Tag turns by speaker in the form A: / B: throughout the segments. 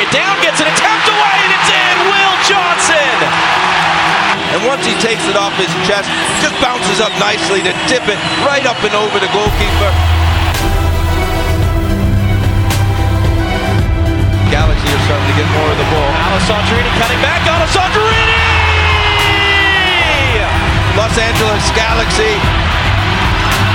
A: it down, gets an attempt away, and it's in. Will Johnson.
B: And once he takes it off his chest, just bounces up nicely to tip it right up and over the goalkeeper. Galaxy are starting to get more of the ball.
A: Alessandrini cutting back. Alessandrini.
B: Los Angeles Galaxy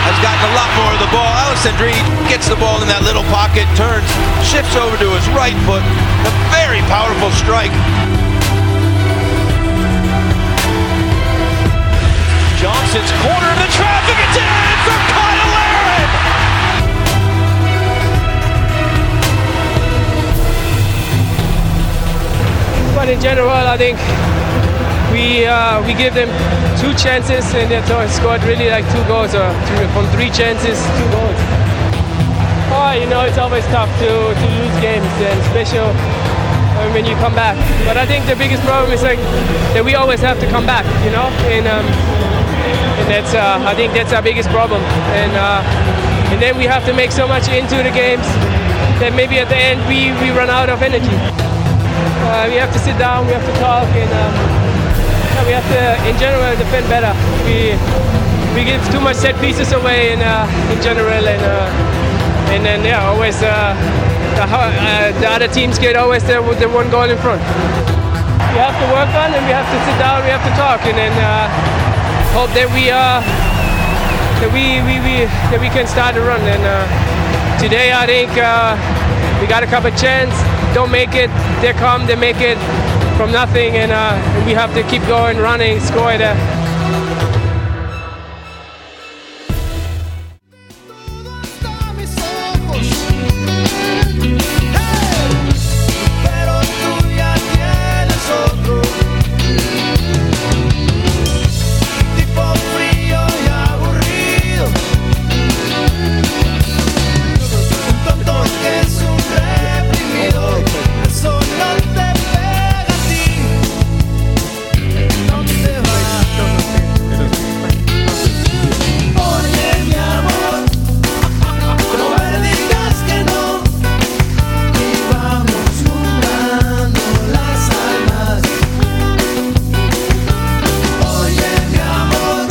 B: has gotten a lot more of the ball. Alessandrini gets the ball in that little pocket, turns, shifts over to his right foot. A very powerful strike.
A: Johnson's corner of the traffic. It's in for Kyle Aaron.
C: But in general, I think we uh, we give them two chances, and they thought- scored really like two goals or three, from three chances, two goals. Oh, you know, it's always tough to, to lose games, and special uh, when you come back. But I think the biggest problem is like that we always have to come back, you know, and um, and that's uh, I think that's our biggest problem, and uh, and then we have to make so much into the games that maybe at the end we, we run out of energy. Uh, we have to sit down, we have to talk, and. Um, yeah, we have to, in general, defend better. We we give too much set pieces away in uh, in general, and uh, and then yeah, always uh, the, ho- uh, the other teams get always the, the one goal in front. We have to work on, and we have to sit down, we have to talk, and then uh, hope that we uh, that we, we, we that we can start a run. And uh, today, I think uh, we got a couple chance. Don't make it. They come. They make it from nothing, and uh, we have to keep going, running, score it. Uh,
D: Pero tú ya tienes otro tipo frío y aburrido, un tonto que es un reprimido. Eso no te pega a ti, no te va. Oye mi amor, no me digas que no. Y vamos jugando las almas. Oye, mi amor,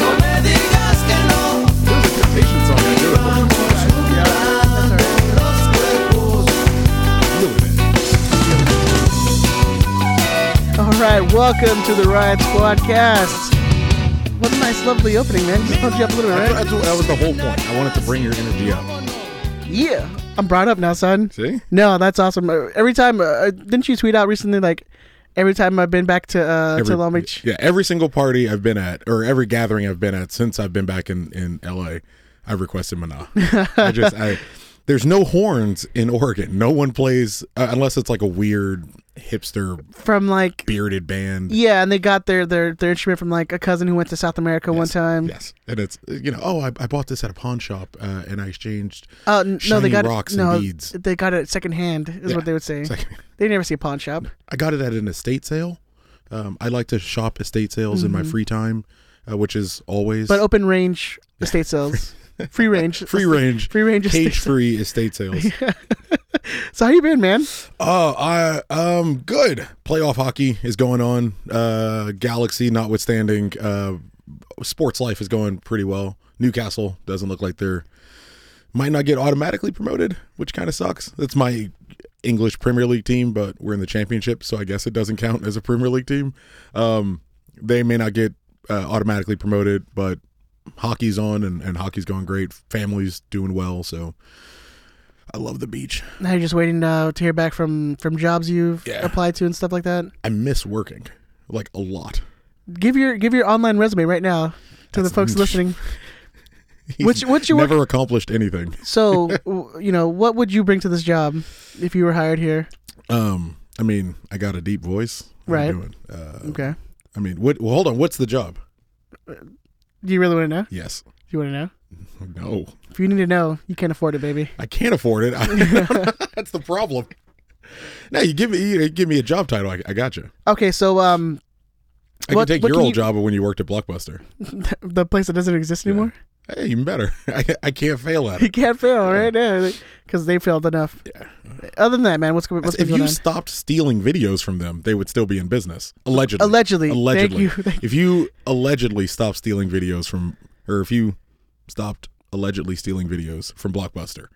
D: no me digas que no. Y vamos jugando los cuerpos.
E: All right, welcome to the Riot Squadcast. What a nice, lovely opening, man. Just pumped you up a little bit, right?
F: That's what- that was the whole point. I wanted to bring your energy up.
E: Yeah, I'm brought up now, son.
F: See?
E: No, that's awesome. Uh, Every time, uh, didn't you tweet out recently? Like every time I've been back to uh,
F: Every-
E: to Long Beach.
F: Yeah, every single party I've been at, or every gathering I've been at since I've been back in in LA, I've requested Mana. I just, I there's no horns in Oregon. No one plays uh, unless it's like a weird hipster
E: From like
F: bearded band.
E: yeah, and they got their their their instrument from like a cousin who went to South America one time.
F: Yes, and it's you know, oh, I, I bought this at a pawn shop uh, and I exchanged
E: Uh, n- no, they
F: Shiny
E: got
F: rocks
E: it,
F: and
E: no,
F: beads.
E: they got it secondhand is
F: Yeah,
E: what they would say.
F: it's like-
E: They never see a pawn shop.
F: I got it at an estate sale. Um, I like to shop estate sales in my free time, uh, which is always
E: Mm-hmm. But oh, open range estate sales, free range,
F: free range,
E: free range estate
F: cage free estate sales.
E: So how you been, man?
F: Oh, I um good. Playoff hockey is going on. Uh Galaxy notwithstanding, uh sports life is going pretty well. Newcastle doesn't look like they're might not get automatically promoted, which kind of sucks. That's my English Premier League team, but we're in the championship, so I guess it doesn't count as a Premier League team. Um they may not get uh, automatically promoted, but hockey's on and, and hockey's going great. Family's doing well, so I love the beach.
E: Now you're just waiting uh, to hear back from from jobs you've
F: Yeah.
E: applied to and stuff like that.
F: I miss working like a lot.
E: Give your give your online resume right now to the folks listening.
F: He's
E: What's- what's your
F: never accomplished anything?
E: So w- you know what would you bring to this job if you were hired here?
F: Um, I mean, I got a deep voice. I'm
E: Right.
F: doing- Uh,
E: Okay.
F: I mean, what? Well, hold on. What's the job?
E: Do you really want to know? Do
F: Yes.
E: you want to know?
F: No,
E: If you need to know, you can't afford it, baby.
F: I can't afford it. I- that's the problem. Now you give me you give me a job title. I, I got you.
E: Okay, so um,
F: I
E: What-
F: can take
E: what
F: your
E: can
F: old
E: you-
F: job of when you worked at Blockbuster.
E: the place that doesn't exist anymore.
F: Hey, even better. I, I can't fail at
E: You
F: it.
E: can't fail, right? Yeah, because they failed enough. Yeah. Other than that, man, what's, go- what's been
F: If
E: going
F: you
E: on?
F: stopped stealing videos from them, they would still be in business. Allegedly.
E: Allegedly. Thank
F: Allegedly.
E: you. Thank
F: If you allegedly stopped stealing videos from, or if you stopped allegedly stealing videos from Blockbuster,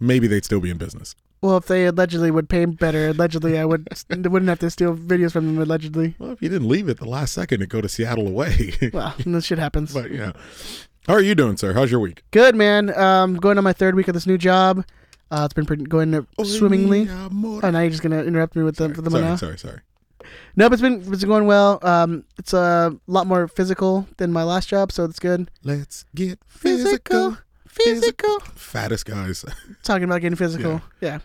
F: maybe they'd still be in business.
E: well, if they allegedly would pay better, allegedly I would wouldn't have to steal videos from them. Allegedly,
F: Well, if you didn't leave at the last second to go to Seattle away.
E: well, this shit happens.
F: but yeah. How are you doing, sir? How's your week?
E: Good man. Um, going on my third week of this new job. Uh, it's been pretty, going swimmingly.
F: Yeah, more.
E: Oh, now you're just gonna interrupt me with the with the
F: sorry,
E: now?
F: sorry, sorry.
E: Nope, it's been it's going well. Um, it's a lot more physical than my last job, so it's good.
F: Let's get
E: Physical,
F: physical.
E: physical.
F: Fattest guys.
E: Talking about getting physical. Yeah.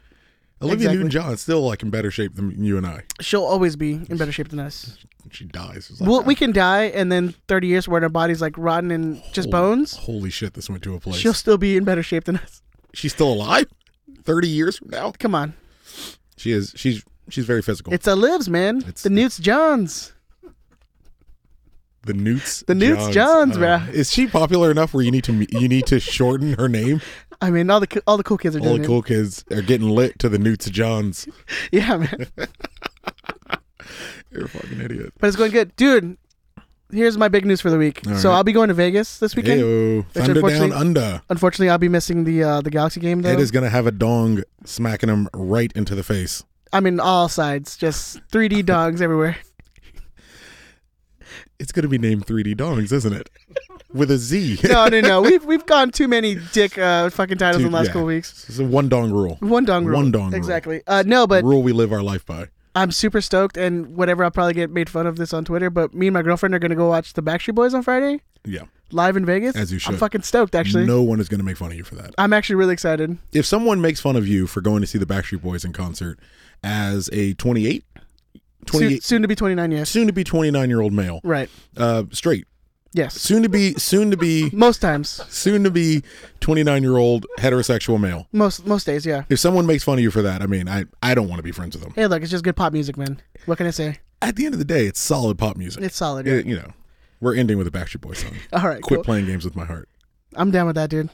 F: Olivia
E: Exactly.
F: Newton John is still like in better shape than you and I.
E: she'll always be in better shape than us.
F: She dies. It's like,
E: Well, we can die, and then 30 years where our body's like rotten and
F: holy-
E: just bones.
F: Holy shit, this went to a place.
E: She'll still be in better shape than us.
F: she's still alive? Thirty years from now?
E: Come on,
F: She is she's she's very physical.
E: it's a lives, man.
F: It's-
E: the Newts Johns.
F: the Newts. Uh,
E: The Newts Johns, bruh.
F: Is she popular enough where you need to me- you need to shorten her name?
E: I mean, all the co- all the cool kids are
F: All
E: doing
F: the cool kids are getting lit to the Newts Johns.
E: it. Yeah, man.
F: You're a fucking idiot.
E: But it's going good, dude. Here's my big news for the week.
F: All
E: so
F: right. oh.
E: I'll be going to Vegas this weekend.
F: Heyo, thunder down
E: unfortunately-
F: under.
E: Unfortunately, I'll be missing the uh, the Galaxy game though.
F: Ed is gonna have a dong smacking him right into the face.
E: I mean, all sides, just 3D dogs everywhere.
F: It's gonna be named 3D Dongs, isn't it? With a Z.
E: No, no, no. We've we've gone too many dick uh, fucking titles in the last
F: yeah.
E: couple weeks.
F: It's a one dong rule.
E: One dong rule.
F: One dong rule.
E: Exactly. Uh, no, but
F: rule we live our life by.
E: I'm super stoked, and whatever, I'll probably get made fun of this on Twitter. But me and my girlfriend are gonna go watch the Backstreet Boys on Friday
F: Yeah.
E: live in Vegas.
F: As you should.
E: I'm fucking stoked, actually.
F: No one is going to make fun of you for that.
E: I'm actually really excited.
F: If someone makes fun of you for going to see the Backstreet Boys in concert as a 28, 28
E: Soon, soon to be 29 years.
F: soon to be 29 year old male,
E: Right.
F: uh, straight,
E: Yes.
F: soon to be, soon to be,
E: Most times.
F: soon to be 29 year old heterosexual male.
E: Most most days. Yeah.
F: If someone makes fun of you for that, I mean, I, I don't want to be friends with them.
E: Hey, look, it's just good pop music, man. What can I say?
F: At the end of the day, it's solid pop music.
E: It's solid.
F: It- you know, we're ending with a Backstreet Boys song.
E: yeah. All right.
F: Quit
E: Cool.
F: playing games with my heart.
E: I'm down with that, dude.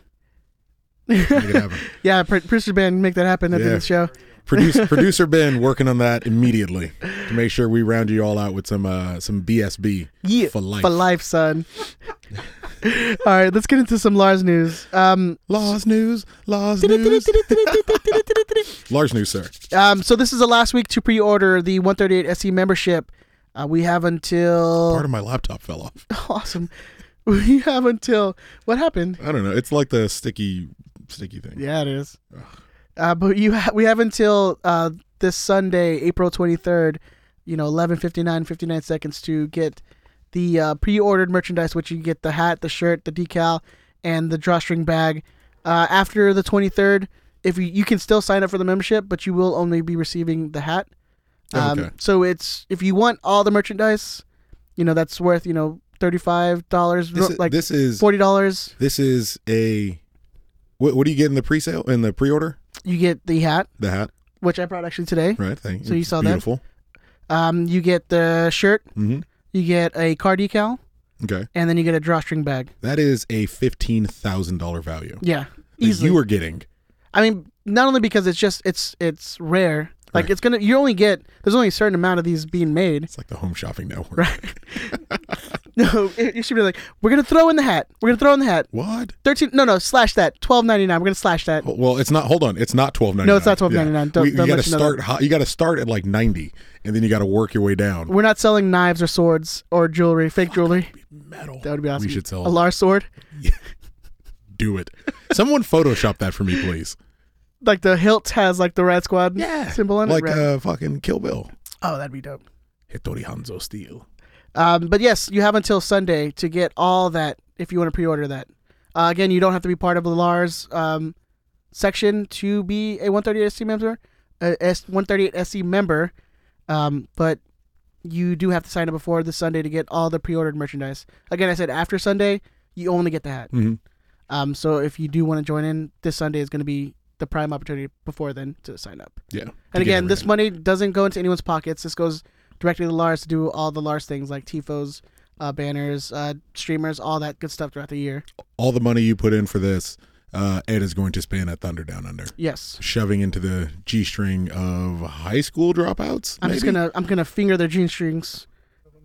F: Make it happen.
E: Yeah, pr- producer band, make that happen at the end
F: Yeah.
E: of the show.
F: Producer, producer Ben working on that immediately to make sure we round you all out with some uh, some BSB
E: Yeah,
F: for life.
E: For life, son. All right, let's get into some Lars news. Um,
F: Laws news, laws news, Lars news, sir.
E: um, so this is the last week to pre-order the 138 SE E membership. Uh, we have until
F: Part of my laptop fell off.
E: awesome. We have until what happened?
F: I don't know. It's like the sticky, sticky thing.
E: Yeah, it is. Uh, but you ha- we have until uh, this Sunday, April 23rd, you know, 11:59 59 seconds to get the uh, pre-ordered merchandise, which you get the hat, the shirt, the decal, and the drawstring bag. Uh, after the 23rd, if you, you can still sign up for the membership, but you will only be receiving the hat.
F: Oh,
E: Um,
F: okay.
E: So it's if you want all the merchandise, you know that's worth you know thirty five dollars,
F: This is,
E: like
F: this is
E: forty dollars.
F: this is a. What, what do you get in the pre-sale in the pre-order?
E: You get the hat,
F: The hat,
E: which I brought actually today.
F: right? Thank
E: So you
F: It's
E: saw that?
F: beautiful.
E: Um, you get the shirt,
F: Mhm.
E: you get a car decal,
F: Okay,
E: and then you get a drawstring bag.
F: that is a fifteen thousand dollar value.
E: Yeah,
F: that
E: easily.
F: you are getting
E: I mean, not only because it's just it's it's rare. Like
F: Right.
E: it's gonna you only get there's only a certain amount of these being made.
F: it's like the home shopping network.
E: No, it, you should be like we're gonna throw in the hat. We're gonna throw in the hat.
F: What?
E: Thirteen no no slash that twelve ninety nine. We're gonna slash that.
F: Well, it's not. Hold on, it's not twelve ninety nine.
E: No, it's not $12.99. Don't-
F: you
E: don't
F: got to
E: let you know
F: start.
E: that.
F: high, you got to start at like ninety, and then you got to work your way down.
E: We're not selling knives or swords or jewelry, fake jewelry.
F: Metal.
E: That would be awesome.
F: We should sell.
E: a Lars sword,
F: Do it. Someone Photoshop that for me, please.
E: like the hilt has like the Rat Squad symbol on
F: like
E: it. Rat-
F: uh, fucking Kill Bill.
E: oh, that'd be dope.
F: Hitori Hanzo Steel.
E: Um, but yes, you have until Sunday to get all that if you want to pre-order that. Uh, again, you don't have to be part of the Lars um, section to be a 138 SC member. Uh, S- 138 SC member, um, but you do have to sign up before this Sunday to get all the pre-ordered merchandise. Again, I said after Sunday, you only get the hat.
F: Mhm.
E: Um, so if you do want to join in, this Sunday is going to be the prime opportunity before then to sign up.
F: Yeah.
E: And
F: You get
E: again, this
F: everything.
E: money doesn't go into anyone's pockets. This goes directly to Lars to do all the Lars things like TIFOs, uh, banners, uh, streamers, all that good stuff throughout the year.
F: All the money you put in for this, uh, Ed is going to spend at Thunder Down Under.
E: Yes.
F: Shoving into the G string of high school dropouts.
E: I'm just
F: maybe?
E: gonna I'm gonna finger their jean strings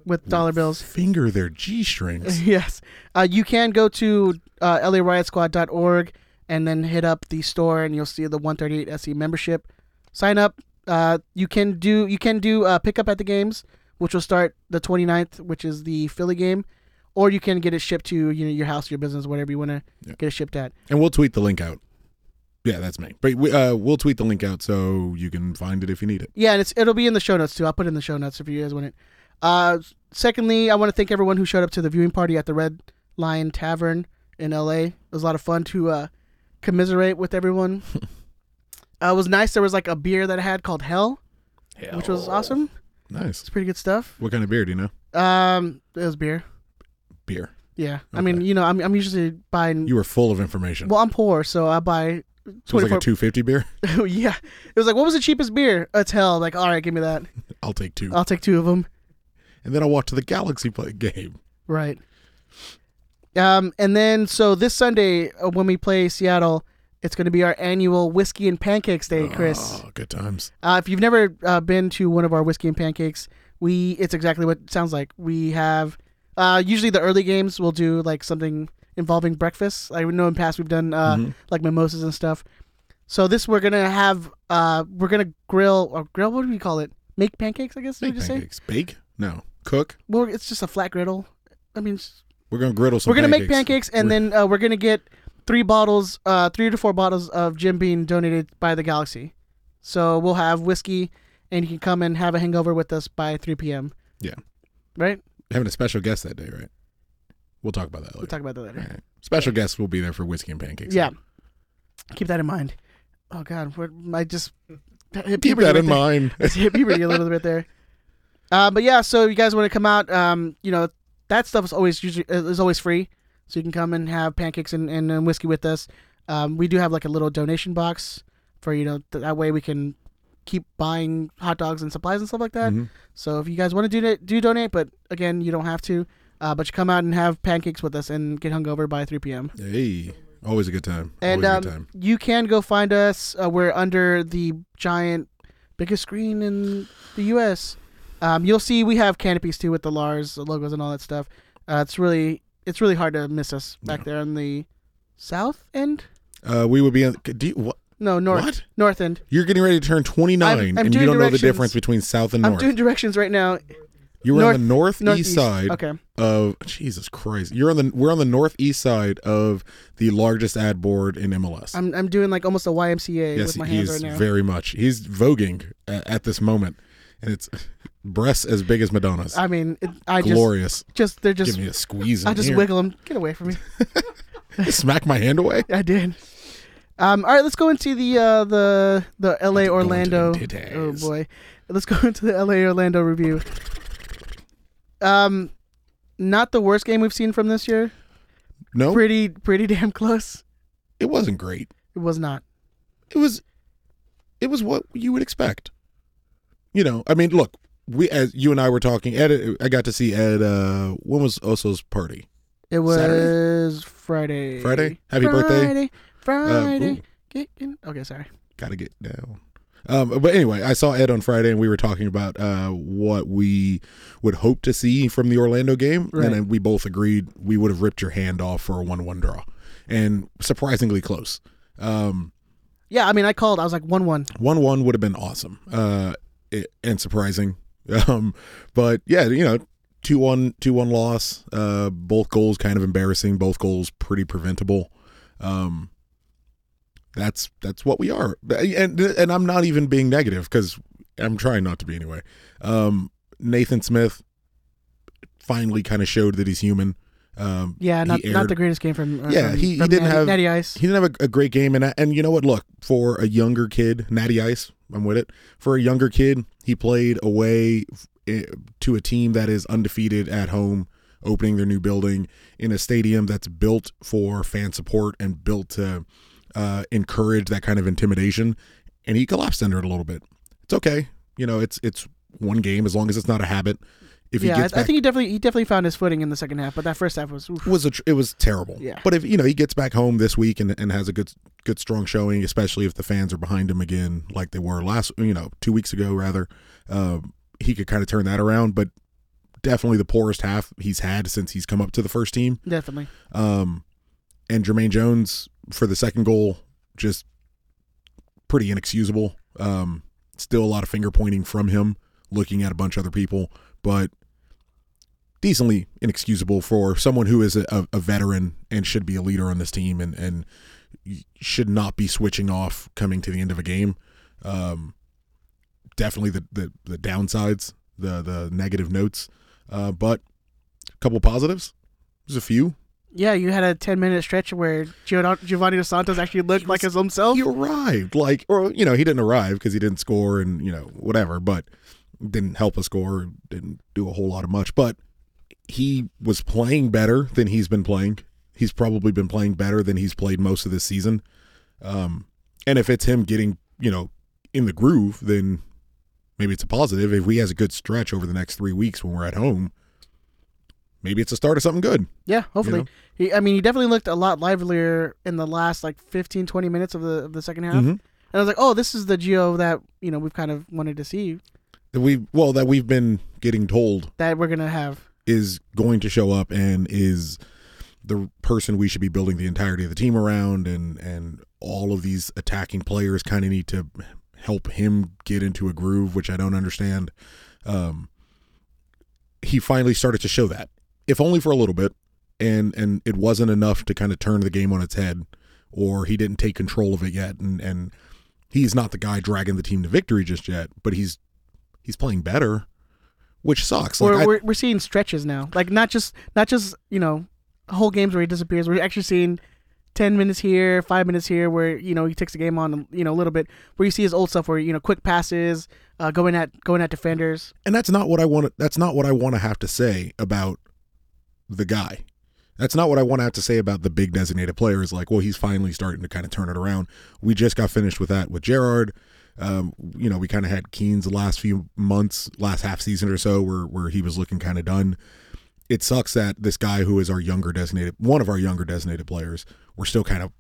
E: with dollar bills.
F: finger their G strings.
E: yes. Uh, you can go to uh, LARiotSquad.org and then hit up the store, and you'll see the 138 SE E membership. Sign up. Uh, you can do you can do uh, pickup at the games, which will start the 29th, which is the Philly game, or you can get it shipped to you know your house, your business, whatever you want to get it shipped at.
F: And we'll tweet the link out. Yeah, that's me. But we, uh, we'll tweet the link out so you can find it if you need it.
E: Yeah, and it's it'll be in the show notes too. I'll put it in the show notes if you guys want it. Uh, secondly, I want to thank everyone who showed up to the viewing party at the Red Lion Tavern in LA. It was a lot of fun to uh, commiserate with everyone. uh, it was nice. There was like a beer that I had called Hell, which was awesome.
F: Nice.
E: It's pretty good stuff.
F: What kind of beer do you know?
E: Um, it was beer.
F: Beer.
E: Yeah, I mean, you know, I'm I'm usually buying.
F: You were full of information.
E: well, I'm poor, so I buy.
F: it was like a
E: 24
F: two fifty beer.
E: yeah, it was like, what was the cheapest beer? "Oh, It's hell. Like, all right, give me that.
F: I'll take two.
E: I'll take two of them.
F: and then I'll watch the Galaxy play game.
E: Right. Um, and then so this Sunday uh, when we play Seattle, it's going to be our annual whiskey and pancakes day, Chris.
F: Oh, good times.
E: Uh, if you've never uh, been to one of our whiskey and pancakes, we it's exactly what it sounds like. We have uh, usually the early games we'll do like something involving breakfast. I know in the past we've done uh,
F: Mm-hmm.
E: like mimosas and stuff. So this we're gonna have uh, we're gonna grill or grill. What do we call it? Make pancakes, I guess. we
F: Make
E: just say.
F: pancakes. Bake? No. Cook?
E: Well, it's just a flat griddle. I mean, it's-
F: We're gonna griddle some.
E: we're gonna make pancakes and then uh, we're gonna get three bottles uh, three to four bottles of jim bean donated by the galaxy so we'll have whiskey and you can come and have a hangover with us by 3 p.m
F: Yeah,
E: right
F: having a special guest that day, right? We'll talk about that later.
E: we'll talk about that later
F: All right. Special guest will be there for whiskey and pancakes.
E: yeah keep that in mind oh god what i just hit
F: Keep
E: puberty
F: that
E: right
F: in
E: there.
F: mind.
E: hit puberty a little bit there uh, but yeah so you guys want to come out um, you know that stuff is always usually is always free so you can come and have pancakes and, and, uh, whiskey with us um, we do have like a little donation box for you know th- that way we can keep buying hot dogs and supplies and stuff like
F: Mm-hmm.
E: that so if you guys want to do do donate but again you don't have to uh, but you come out and have pancakes with us and get hungover by 3 p.m
F: hey, always a good time.
E: and
F: always a good
E: um,
F: time.
E: you can go find us. Uh, we're under the giant, biggest screen in the U.S. Um, you'll see we have canopies too with the Lars logos and all that stuff. Uh, it's really it's really hard to miss us back there on the south end.
F: Uh, we would be on. Do you, what?
E: No, north
F: What?
E: north end.
F: You're getting ready to turn 29,
E: I'm-
F: and
E: I'm
F: you don't
E: doing
F: know the
E: directions.
F: difference between south and
E: I'm
F: north.
E: doing directions right now.
F: you were on the
E: north-
F: northeast,
E: northeast.
F: side.
E: Okay.
F: Of Jesus Christ, you're on the we're on the northeast side of the largest ad board in MLS.
E: I'm I'm doing like almost a YMCA
F: yes,
E: with
F: he
E: my
F: he's
E: hands right now.
F: very much. He's voguing at, at this moment, and it's breasts as big as Madonna's.
E: I mean, it, I
F: Glorious.
E: just just they're just
F: Give me a squeeze. In
E: I just
F: here.
E: wiggle them. Get away from me.
F: Smack my hand away.
E: I did. Um, all right, let's go into the uh, the the L.A. Orlando.
F: into the
E: Oh
F: titties.
E: boy, let's go into the L.A. Orlando review. Um, not the worst game we've seen from this year.
F: No,
E: Pretty pretty damn close.
F: it wasn't great.
E: It was not.
F: It was, it was what you would expect. You know, I mean, look, we as you and I were talking. Ed, I got to see Ed. Uh, when was Oso's party?
E: It was
F: Saturday?
E: Friday.
F: Friday? Happy birthday. Uh,
E: Friday. Friday.
F: ooh.
E: Get in- Okay, sorry.
F: gotta get down. Um, but anyway, I saw Ed on Friday, and we were talking about uh, what we would hope to see from the Orlando game,
E: Right.
F: and then we both agreed we would have ripped your hand off for a one-one draw, and surprisingly close. Um,
E: Yeah, I mean, I called. I was like one one.
F: one-one would have been awesome uh, it, and surprising, um, but yeah, you know, two-one, two-one loss. Uh, both goals kind of embarrassing. Both goals pretty preventable. Um, that's that's what we are and and i'm not even being negative because i'm trying not to be anyway um nathan smith finally kind of showed that he's human um
E: Yeah,
F: he
E: not not
F: aired-
E: the greatest game from. uh,
F: yeah
E: from-
F: he, he
E: from
F: didn't
E: Natty,
F: have
E: Natty Ice.
F: he didn't have a, a great game and I- and you know what look for a younger kid natty ice i'm with it for a younger kid he played away eh, to a team that is undefeated at home opening their new building in a stadium that's built for fan support and built to uh, encourage that kind of intimidation and he collapsed under it a little bit it's okay you know it's it's one game as long as it's not a habit if
E: yeah,
F: he
E: I,
F: gets
E: I
F: back
E: think he definitely he definitely found his footing in the second half, but that first half was oof.
F: was a tr- it was terrible.
E: Yeah.
F: But if you know he gets back home this week and, and has a good good strong showing, especially if the fans are behind him again, like they were last you know two weeks ago rather, um, he could kind of turn that around. But definitely the poorest half he's had since he's come up to the first team.
E: definitely.
F: Um, and Jermaine Jones for the second goal, just pretty inexcusable. Um, still a lot of finger pointing from him, looking at a bunch of other people, but decently inexcusable for someone who is a, a- a veteran and should be a leader on this team and, and should not be switching off coming to the end of a game. Um, definitely the, the, the downsides, the, the negative notes, uh, but a couple positives. There's a few.
E: Yeah, you had a ten minute stretch where Giovanni Giovanni Dos Santos actually looked like his himself.
F: he arrived like or you know he didn't arrive because he didn't score and you know whatever but didn't help us score didn't do a whole lot of much but he was playing better than he's been playing he's probably been playing better than he's played most of this season um and if it's him getting you know in the groove then maybe it's a positive if he has a good stretch over the next three weeks when we're at home maybe it's a start of something good
E: Yeah, hopefully.
F: know?
E: He, I mean, he definitely looked a lot livelier in the last like 15, 20 minutes of the of the second half. And I was like, oh, this is the Geo that you know we've kind of wanted to see
F: that we well that we've been getting told
E: that we're gonna have.
F: is going to show up and is the person we should be building the entirety of the team around and and all of these attacking players kind of need to help him get into a groove which I don't understand um he finally started to show that if only for a little bit and and it wasn't enough to kind of turn the game on its head or he didn't take control of it yet and and he's not the guy dragging the team to victory just yet but he's he's playing better which sucks
E: We're
F: I-
E: we're, we're seeing stretches now, like not just not just you know whole games where he disappears. We're actually seeing ten minutes here, five minutes here, where you know he takes the game on you know a little bit. Where you see his old stuff, where you know quick passes, uh, going at going at defenders.
F: and that's not what I want. That's not what I want to have to say about the guy. That's not what I want to have to say about the big designated player. Is like, well, he's finally starting to kind of turn it around. We just got finished with that with Gerard. Um, you know, we kind of had Keane's the last few months, last half season or so, where where he was looking kind of done. It sucks that this guy who is our younger designated, one of our younger designated players, we're still kind of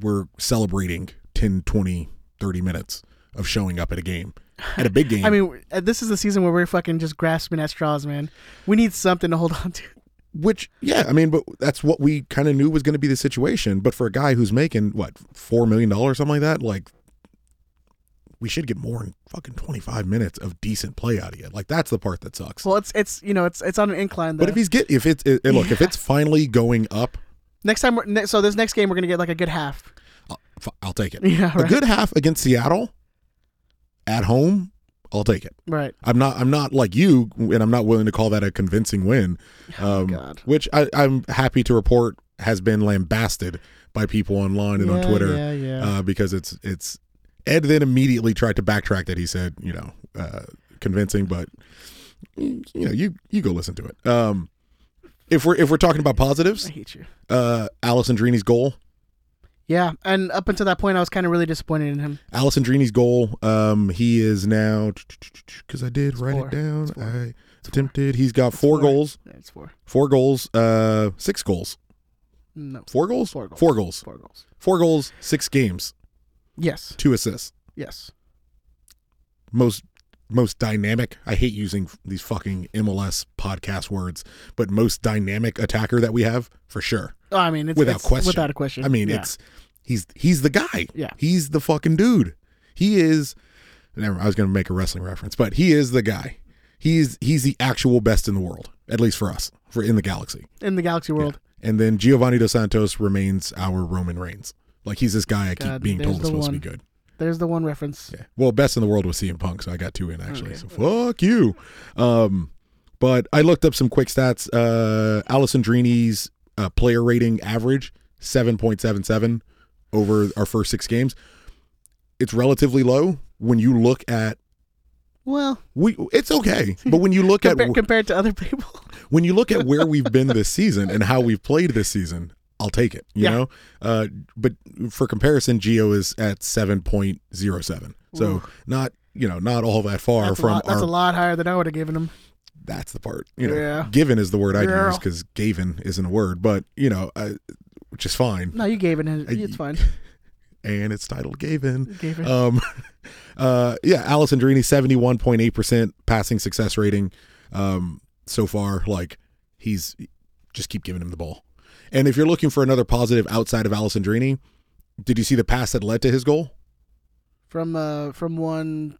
F: we're celebrating 10, 20, 30 minutes of showing up at a game, at a big game.
E: I mean, uh, this is the season where we're fucking just grasping at straws, man. We need something to hold on to.
F: Which, yeah, I mean, but that's what we kind of knew was going to be the situation. But for a guy who's making what four million dollars, something like that, like we should get more than fucking twenty five minutes of decent play out of you. Like that's the part that sucks.
E: Well, it's it's you know it's it's on an incline. Though.
F: but if he's get if it's it, and look if it's finally going up,
E: next time, we're, ne- so this next game we're gonna get like a good half.
F: I'll, f- I'll take it.
E: Yeah,
F: A
E: right.
F: good half against Seattle at home, I'll take it.
E: Right.
F: I'm not. I'm not like you, and I'm not willing to call that a convincing win. Um,
E: Oh God.
F: Which I, I'm happy to report has been lambasted by people online and on
E: Yeah,
F: Twitter
E: yeah, yeah.
F: Uh, because it's it's Ed then immediately tried to backtrack that he said you know uh, convincing, but you know you you go listen to it. Um, if we're if we're talking about positives,
E: I hate you.
F: uh, Alessandrini's goal,
E: Yeah, and up until that point, I was kind of really disappointed in him.
F: Alessandrini's goal. Um, he is now because I did write
E: four.
F: it down. I attempted. He's got four, goals.
E: That's four.
F: Four goals, uh, six goals.
E: No.
F: Four goals?
E: Four goals.
F: Four goals.
E: Four goals.
F: Four goals, six games,
E: Yes.
F: two assists.
E: Yes.
F: Most most dynamic. I hate using these fucking MLS podcast words, but most dynamic attacker that we have for sure.
E: Oh, I mean, it's,
F: without
E: it's-
F: question.
E: Without a question.
F: I mean,
E: Yeah.
F: it's he's he's the guy.
E: Yeah.
F: He's the fucking dude. He is. Never. I was going to make a wrestling reference, but he is the guy. He's he's the actual best in the world, at least for us, for in the galaxy.
E: in the galaxy world.
F: And then Giovanni Dos Santos remains our Roman Reigns. Like he's this guy I keep
E: God,
F: being told
E: there's
F: is
E: the
F: supposed to
E: one.
F: be good.
E: There's the one reference.
F: Yeah. Well, best in the world was CM Punk, so I got two in actually. So fuck you. Um, but I looked up some quick stats. Uh, Alessandrini's uh, player rating average seven point seven seven over our first six games. It's relatively low when you look at
E: Well,
F: we. It's okay, but when you look at
E: compar- compared to other people.
F: when you look at where we've been this season and how we've played this season, I'll take it. You
E: Yeah.
F: know, uh, but for comparison, Geo is at seven point zero seven, so not you know not all that far
E: That's, a
F: from
E: lot, that's a
F: our
E: lot higher than I would have given him.
F: that's the part. You know,
E: Yeah.
F: given is the word I
E: Yeah.
F: use because Gavin isn't a word, but you know, uh, which is fine.
E: No, you gave it. in.
F: I-
E: It's fine.
F: and it's titled Gavin.
E: Gavin.
F: Um, uh, yeah, Allison Drini, seventy-one point eight percent passing success rating. Um, so far, like he's just keep giving him the ball. And if you're looking for another positive outside of Allison Drini, did you see the pass that led to his goal?
E: From uh, from one.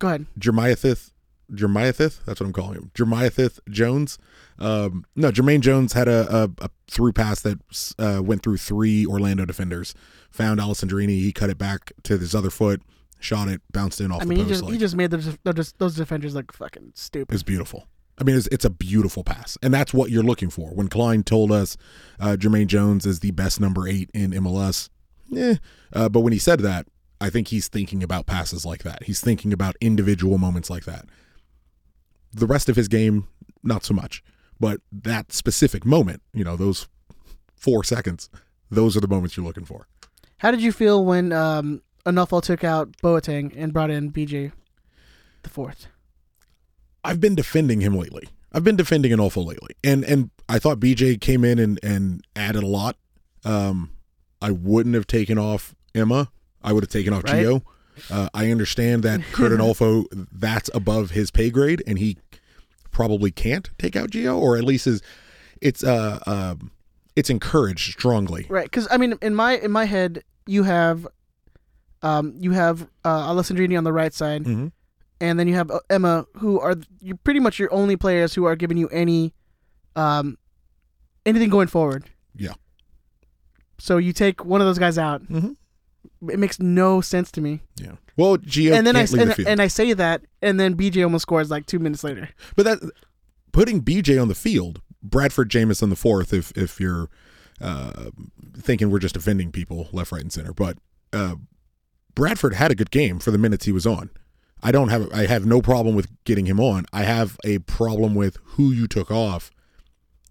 E: Go ahead.
F: Jermiathith, Jermiathith, that's what I'm calling him. Jermiathith Jones. Um, no, Jermaine Jones had a, a, a through pass that uh, went through three Orlando defenders. Found Alessandrini. He cut it back to his other foot, shot it, bounced in off
E: I
F: the
E: mean, he
F: post.
E: just
F: like,
E: he just made those those, those defenders look fucking
F: it
E: stupid.
F: was beautiful. I mean, it's, it's a beautiful pass, and that's what you're looking for. When Klein told us uh, Jermaine Jones is the best number eight in MLS, eh. Uh, but when he said that, I think he's thinking about passes like that. He's thinking about individual moments like that. The rest of his game, not so much. But that specific moment, you know, those four seconds, those are the moments you're looking for.
E: How did you feel when um Anufal took out Boateng and brought in BJ, the fourth?
F: I've been defending him lately. I've been defending an awful lately, and and I thought BJ came in and and added a lot. Um, I wouldn't have taken off Emma. I would have taken off
E: Right.
F: Gio. Uh, I understand that Kurt Adolfo, that's above his pay grade, and he probably can't take out Gio, or at least is it's uh um it's encouraged strongly.
E: Right, because I mean, in my in my head, you have, um, you have uh, Alessandrini on the right side,
F: Mhm.
E: and then you have uh, Emma, who are th- you pretty much your only players who are giving you any, um, anything going forward.
F: Yeah.
E: So you take one of those guys out.
F: Mhm.
E: It makes no sense to me.
F: Yeah. Well, Gio
E: and then I
F: can't
E: s-
F: leave
E: and,
F: the field. Uh,
E: and I say that, and then BJ almost scores like two minutes later.
F: But that putting BJ on the field, Bradford Jamison the fourth, if if you're uh, thinking we're just offending people left, right, and center, but uh, Bradford had a good game for the minutes he was on. I don't have I have no problem with getting him on. I have a problem with who you took off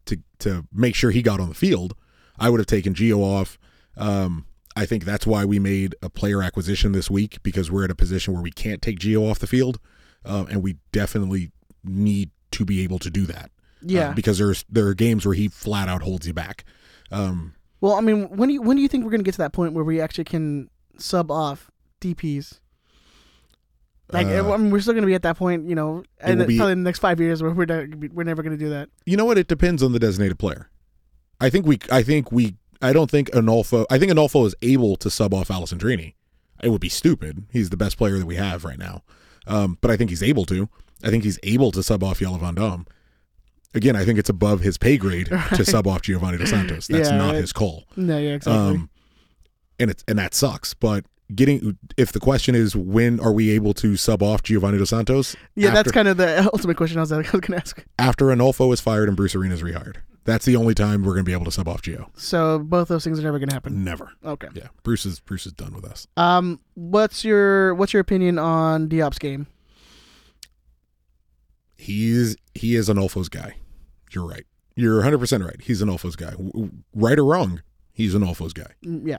F: to to make sure he got on the field. I would have taken Geo off. Um, I think that's why we made a player acquisition this week because we're at a position where we can't take Geo off the field, uh, and we definitely need to be able to do that. uh,
E: Yeah.
F: because there's there are games where he flat out holds you back. Um,
E: Well, I mean, when do you, when do you think we're gonna get to that point where we actually can sub off DPS? Like,
F: Uh,
E: I mean, we're still gonna be at that point, you know, and
F: will be-
E: probably in the next five years where we're not, we're never gonna do that.
F: you know what? It depends on the designated player. I think we I think we I don't think Anolfo I think Anolfo is able to sub off Alessandrini. It would be stupid. He's the best player that we have right now. Um, but I think he's able to. I think he's able to sub off Yellow Van Dom. Again, I think it's above his pay grade to sub off Giovanni Dos Santos. That's
E: Yeah,
F: not
E: right.
F: his call.
E: No, yeah, exactly.
F: Um, and it's and that sucks. But getting if the question is when are we able to sub off Giovanni Dos Santos?
E: yeah, that's
F: after-
E: kind of the ultimate question I was, I was gonna ask.
F: after Anolfo is fired and Bruce Arena's rehired. That's the only time we're gonna be able to sub off Gio.
E: So both those things are never gonna happen.
F: Never.
E: Okay.
F: Yeah, Bruce is Bruce is done with us.
E: Um, what's your what's your opinion on Diop's game?
F: He's he is Anolfo's guy. You're right. You're 100 percent right. He's Anolfo's guy. W- w- right or wrong, he's Anolfo's guy.
E: Mm, Yeah.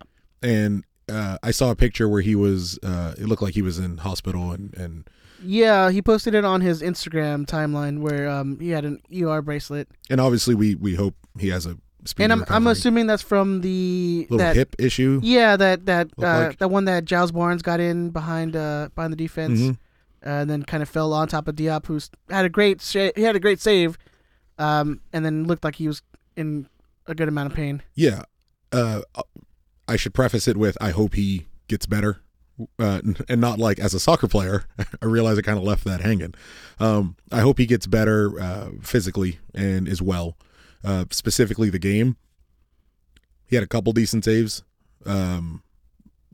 F: And uh, I saw a picture where he was. Uh, it looked like he was in hospital and and
E: Yeah, he posted it on his Instagram timeline where um he had an ER bracelet,
F: and obviously we we hope he has a. Speedy
E: and I'm I'm
F: recovery.
E: assuming that's from the
F: little
E: that
F: hip issue.
E: Yeah, that that uh,
F: Look like-
E: that one that Giles Barnes got in behind uh, behind the defense,
F: Mhm.
E: uh, and then kind of fell on top of Diop, who's had a great sha- he had a great save, um, and then looked like he was in a good amount of pain.
F: Yeah. Uh, I should preface it with I hope he gets better. Uh, and not like as a soccer player, I realize I kind of left that hanging. Um, I hope he gets better uh, physically and as well. Uh, specifically, the game. He had a couple decent saves. Um,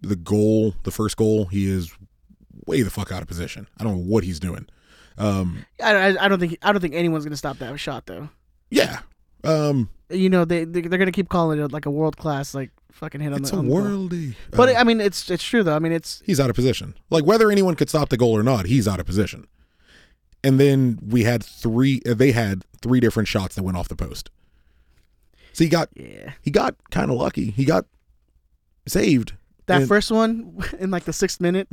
F: the goal, the first goal, he is way the fuck out of position. I don't know what he's doing. Um,
E: I, I, I don't think I don't think anyone's gonna stop that shot though.
F: yeah. Um,
E: You know they, they they're gonna keep calling it like a world class like fucking hit on
F: it's
E: the
F: a
E: on the goal.
F: worldy.
E: But
F: Uh,
E: I mean it's it's true though. I mean it's
F: he's out of position. Like whether anyone could stop the goal or not, he's out of position. And then we had three. uh, They had three different shots that went off the post. So he got
E: yeah.
F: he got kind of lucky. He got saved.
E: That
F: And- Mm-hmm.
E: first one in like the sixth minute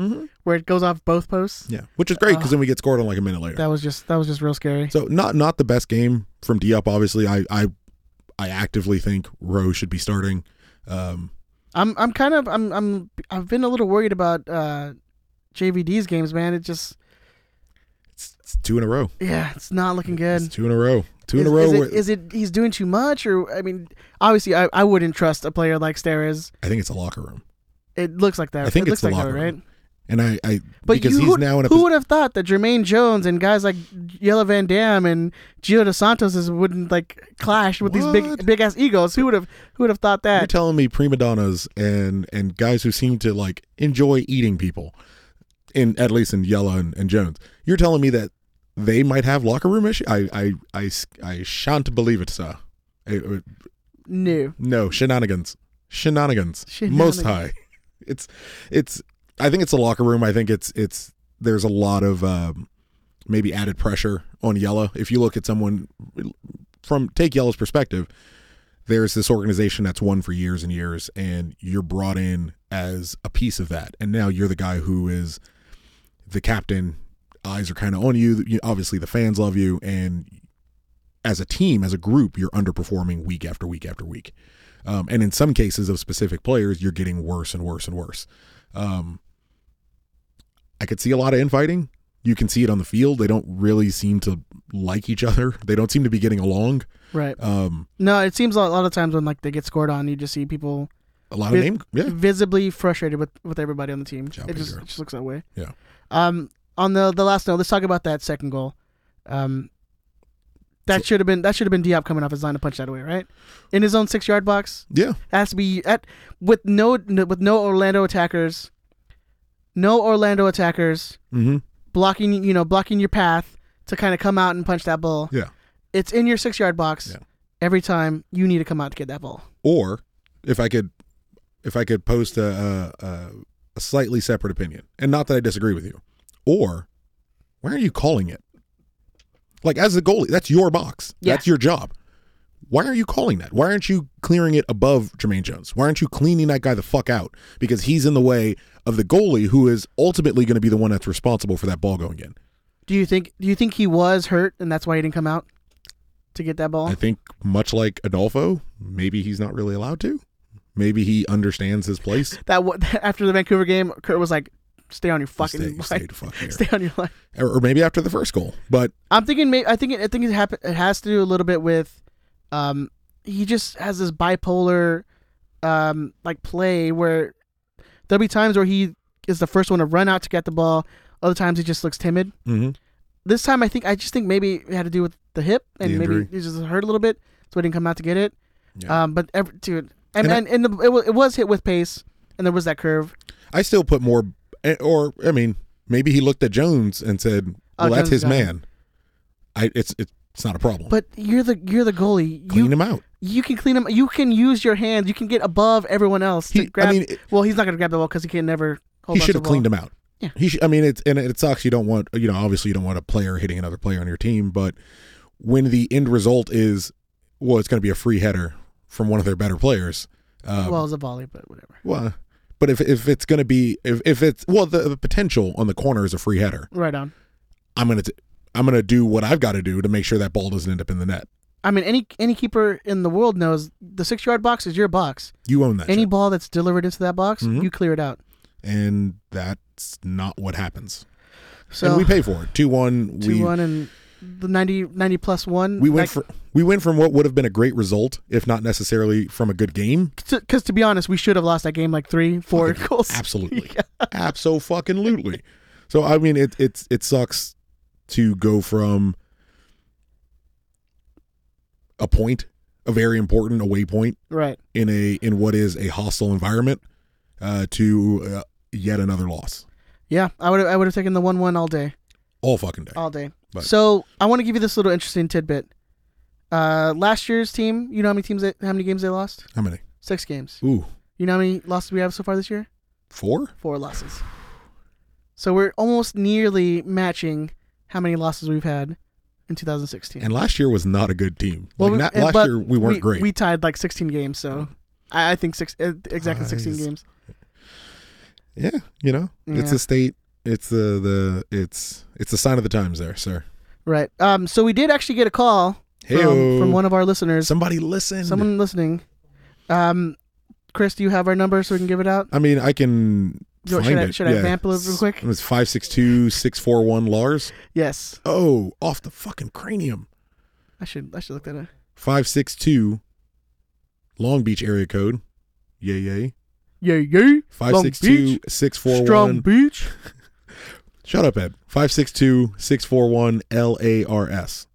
E: where it goes off both posts.
F: Yeah, which is great because then we get scored on like a minute later.
E: Uh, That was just that was just real scary.
F: So not not the best game from Diop. Obviously, I I I actively think Rowe should be starting. Um,
E: I'm I'm kind of I'm I'm I've been a little worried about uh, JVD's games, man. It just
F: it's, it's two in a row.
E: yeah, it's not looking good.
F: It's two in a row. Two in
E: Is-
F: a row.
E: is,
F: where-
E: it, is it he's doing too much or I mean obviously I, I wouldn't trust a player like Steris.
F: I think it's a locker room,
E: It looks like that.
F: I think
E: it
F: it's
E: looks
F: the
E: like that,
F: locker room.
E: right?
F: and I I
E: But
F: because
E: you
F: he's
E: would,
F: now in a
E: who
F: pos-
E: would have thought that Jermaine Jones and guys like Yellow Van Dam and Gio Dos Santos is- wouldn't like clash with these
F: What?
E: big big ass egos? Who would have who would have thought
F: you're
E: that?
F: telling me prima donnas and and guys who seem to like enjoy eating people, in at least in Yella and, and Jones. You're telling me that they might have locker room issues. I I I s- I shan't believe it, sir. I- I-
E: No.
F: No, shenanigans. Shenanigans.
E: Shenanigans.
F: Most high. It's it's I think it's a locker room. I think it's it's there's a lot of um, maybe added pressure on Yella. If you look at someone from take Yella's perspective, there's this organization that's won for years and years and you're brought in as a piece of that. And now you're the guy who is the captain. Eyes are kind of on you. You- Obviously, the fans love you, and as a team, as a group, you're underperforming week after week after week. Um, and in some cases of specific players, you're getting worse and worse and worse. Um, I could see a lot of infighting. You can see it on the field. They don't really seem to like each other. They don't seem to be getting along.
E: Right.
F: Um,
E: No, it seems a lot, a lot of times when like they get scored on, you just see people
F: a lot
E: Vis-
F: of name, yeah,
E: visibly frustrated with, with everybody on the team.
F: Ciao,
E: It just,
F: Pedro.
E: it just looks that way.
F: Yeah.
E: Um, on the the last note, let's talk about that second goal. Um, that should have been that should have been Diop coming off his line to punch that away, right? In his own six yard box.
F: yeah.
E: has to be at with no, no with no Orlando attackers, no Orlando attackers
F: Mm-hmm.
E: blocking you know blocking your path to kind of come out and punch that ball.
F: Yeah.
E: It's in your six yard box
F: Yeah.
E: every time. You need to come out to get that ball.
F: Or if I could, if I could post a, a- a a slightly separate opinion, and not that I disagree with you, or why are you calling it? Like as the goalie, that's your box.
E: Yeah.
F: That's your job. Why are you calling that? Why aren't you clearing it above Jermaine Jones? Why aren't you cleaning that guy the fuck out? Because he's in the way of the goalie who is ultimately going to be the one that's responsible for that ball going in.
E: Do you think do you think he was hurt and that's why he didn't come out to get that ball?
F: I think much like Adolfo, maybe he's not really allowed to. Maybe he understands his place.
E: that wa- after the Vancouver game, Kurt was like, "Stay on your fucking
F: Stay-
E: line.
F: stay the fuck here.
E: Stay on your line."
F: or, or maybe after the first goal. But
E: I'm thinking. Maybe I think. It, I think it happen, It has to do a little bit with, um, he just has this bipolar, um, like play where there'll be times where he is the first one to run out to get the ball. Other times he just looks timid. This time I think I just think maybe it had to do with the hip and
F: The
E: maybe
F: injury.
E: he just hurt a little bit, so he didn't come out to get it.
F: Yeah.
E: Um, but every, dude, and
F: And I-
E: and, and the, it, wa- it was hit with pace, and there was that curve.
F: I still put more, eh, or I mean, maybe he looked at Jones and said,
E: Oh,
F: "Well, that's
E: Jones
F: his
E: got him.
F: man. I it's it's not a problem.
E: But you're the you're the goalie.
F: Clean
E: you,
F: him out.
E: you can clean him. You can use your hands. You can get above everyone else
F: He-
E: to
F: I
E: grab.
F: mean, it-
E: well, he's not gonna grab the ball because he can never. Hold
F: he should have cleaned him out.
E: Yeah.
F: He should, I mean, it's and it sucks. You don't want you know obviously you don't want a player hitting another player on your team, but when the end result is well, it's going to be a free header from one of their better players. Um,
E: well, it was a volley, but whatever.
F: well, but if if it's going to be if if it's well the, the potential on the corner is a free header.
E: Right on.
F: I'm gonna t- I'm gonna do what I've got to do to make sure that ball doesn't end up in the net.
E: I mean, any any keeper in the world knows the six yard box is your box.
F: You own that,
E: any
F: shit.
E: ball that's delivered into that box,
F: Mm-hmm.
E: you clear it out.
F: and that's not what happens.
E: So
F: and we pay for it. Two one.
E: two
F: we,
E: one and the 90, 90 plus one.
F: We went for we went from what would have been a great result, if not necessarily from a good game.
E: because to be honest, we should have lost that game like three, four goals.
F: Absolutely, absolutely, fucking lutely. So I mean, it it's it sucks to go from a point, a very important away point,
E: Right.
F: in a in what is a hostile environment uh, to uh, yet another loss
E: Yeah, I would I would have taken the one one all day.
F: all fucking day.
E: all day.
F: But-
E: so I want to give you this little interesting tidbit. Uh, last year's team, you know how many teams, they, how many games they lost?
F: How many?
E: Six games.
F: Ooh,
E: You know how many losses we have so far this year?
F: four.
E: Four losses. So we're almost nearly matching how many losses we've had in 2016.
F: And last year was not a good team.
E: Well,
F: like
E: we-
F: not,
E: and-
F: last
E: but
F: year we weren't
E: we,
F: great.
E: We tied like 16 games, so I, I think six uh, eh, exactly 16
F: Guys.
E: games.
F: yeah, you know, it's
E: Yeah.
F: a state. It's the the it's it's a sign of the times there, sir.
E: Right. Um. So we did actually get a call
F: Heyo.
E: from, from one of our listeners.
F: Somebody listen.
E: Someone listening. Um, Chris, do you have our number so we can give it out?
F: I mean, I can.
E: Yo, should
F: find
E: I-
F: it.
E: should I vamp a little real quick?
F: It was five six two six four one Lars.
E: Yes.
F: Oh, off the fucking cranium.
E: I should. I should look that up.
F: Five six two. Long Beach area code. Yay yay.
E: Yeah. Yeah.
F: Five
E: Long
F: six two
E: Beach,
F: six four
E: Strong
F: one.
E: Beach.
F: Shut up, Ed. Five six two six four one L A R S.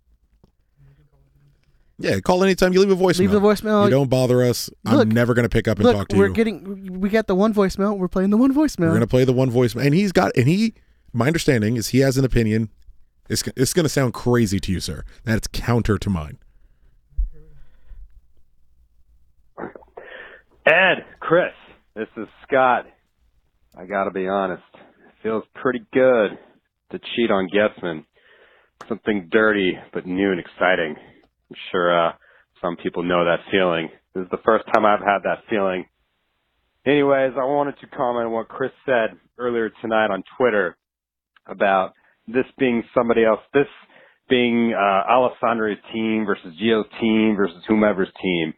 F: Yeah, call anytime. You leave a voicemail.
E: Leave the voicemail.
F: You don't bother us.
E: Look.
F: I'm never gonna pick up and
E: Look,
F: talk to
E: we're
F: you.
E: getting. We got the one voicemail. We're playing the one voicemail.
F: We're gonna play the one voicemail, and he's got, and he, my understanding is he has an opinion. It's it's gonna sound crazy to you, sir. That it's counter to mine.
G: Ed, Chris, this is Scott. I gotta be honest, it feels pretty good to cheat on Guessman. Something dirty, but new and exciting. I'm sure uh, some people know that feeling. This is the first time I've had that feeling. Anyways, I wanted to comment on what Chris said earlier tonight on Twitter about this being somebody else, this being uh, Alessandro's team versus Gio's team versus whomever's team.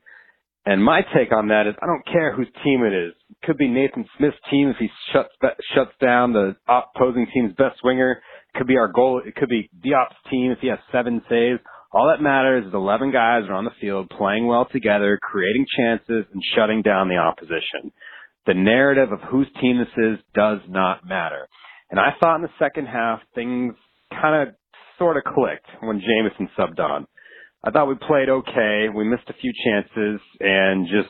G: And my take on that is I don't care whose team it is. It could be Nathan Smith's team if he shuts shuts down the opposing team's best winger. It could be our goal. It could be Diop's team if he has seven saves. All that matters is 11 guys are on the field playing well together, creating chances, and shutting down the opposition. The narrative of whose team this is does not matter. And I thought in the second half things kind of sort of clicked when Jameson subbed on. I thought we played okay. We missed a few chances, and just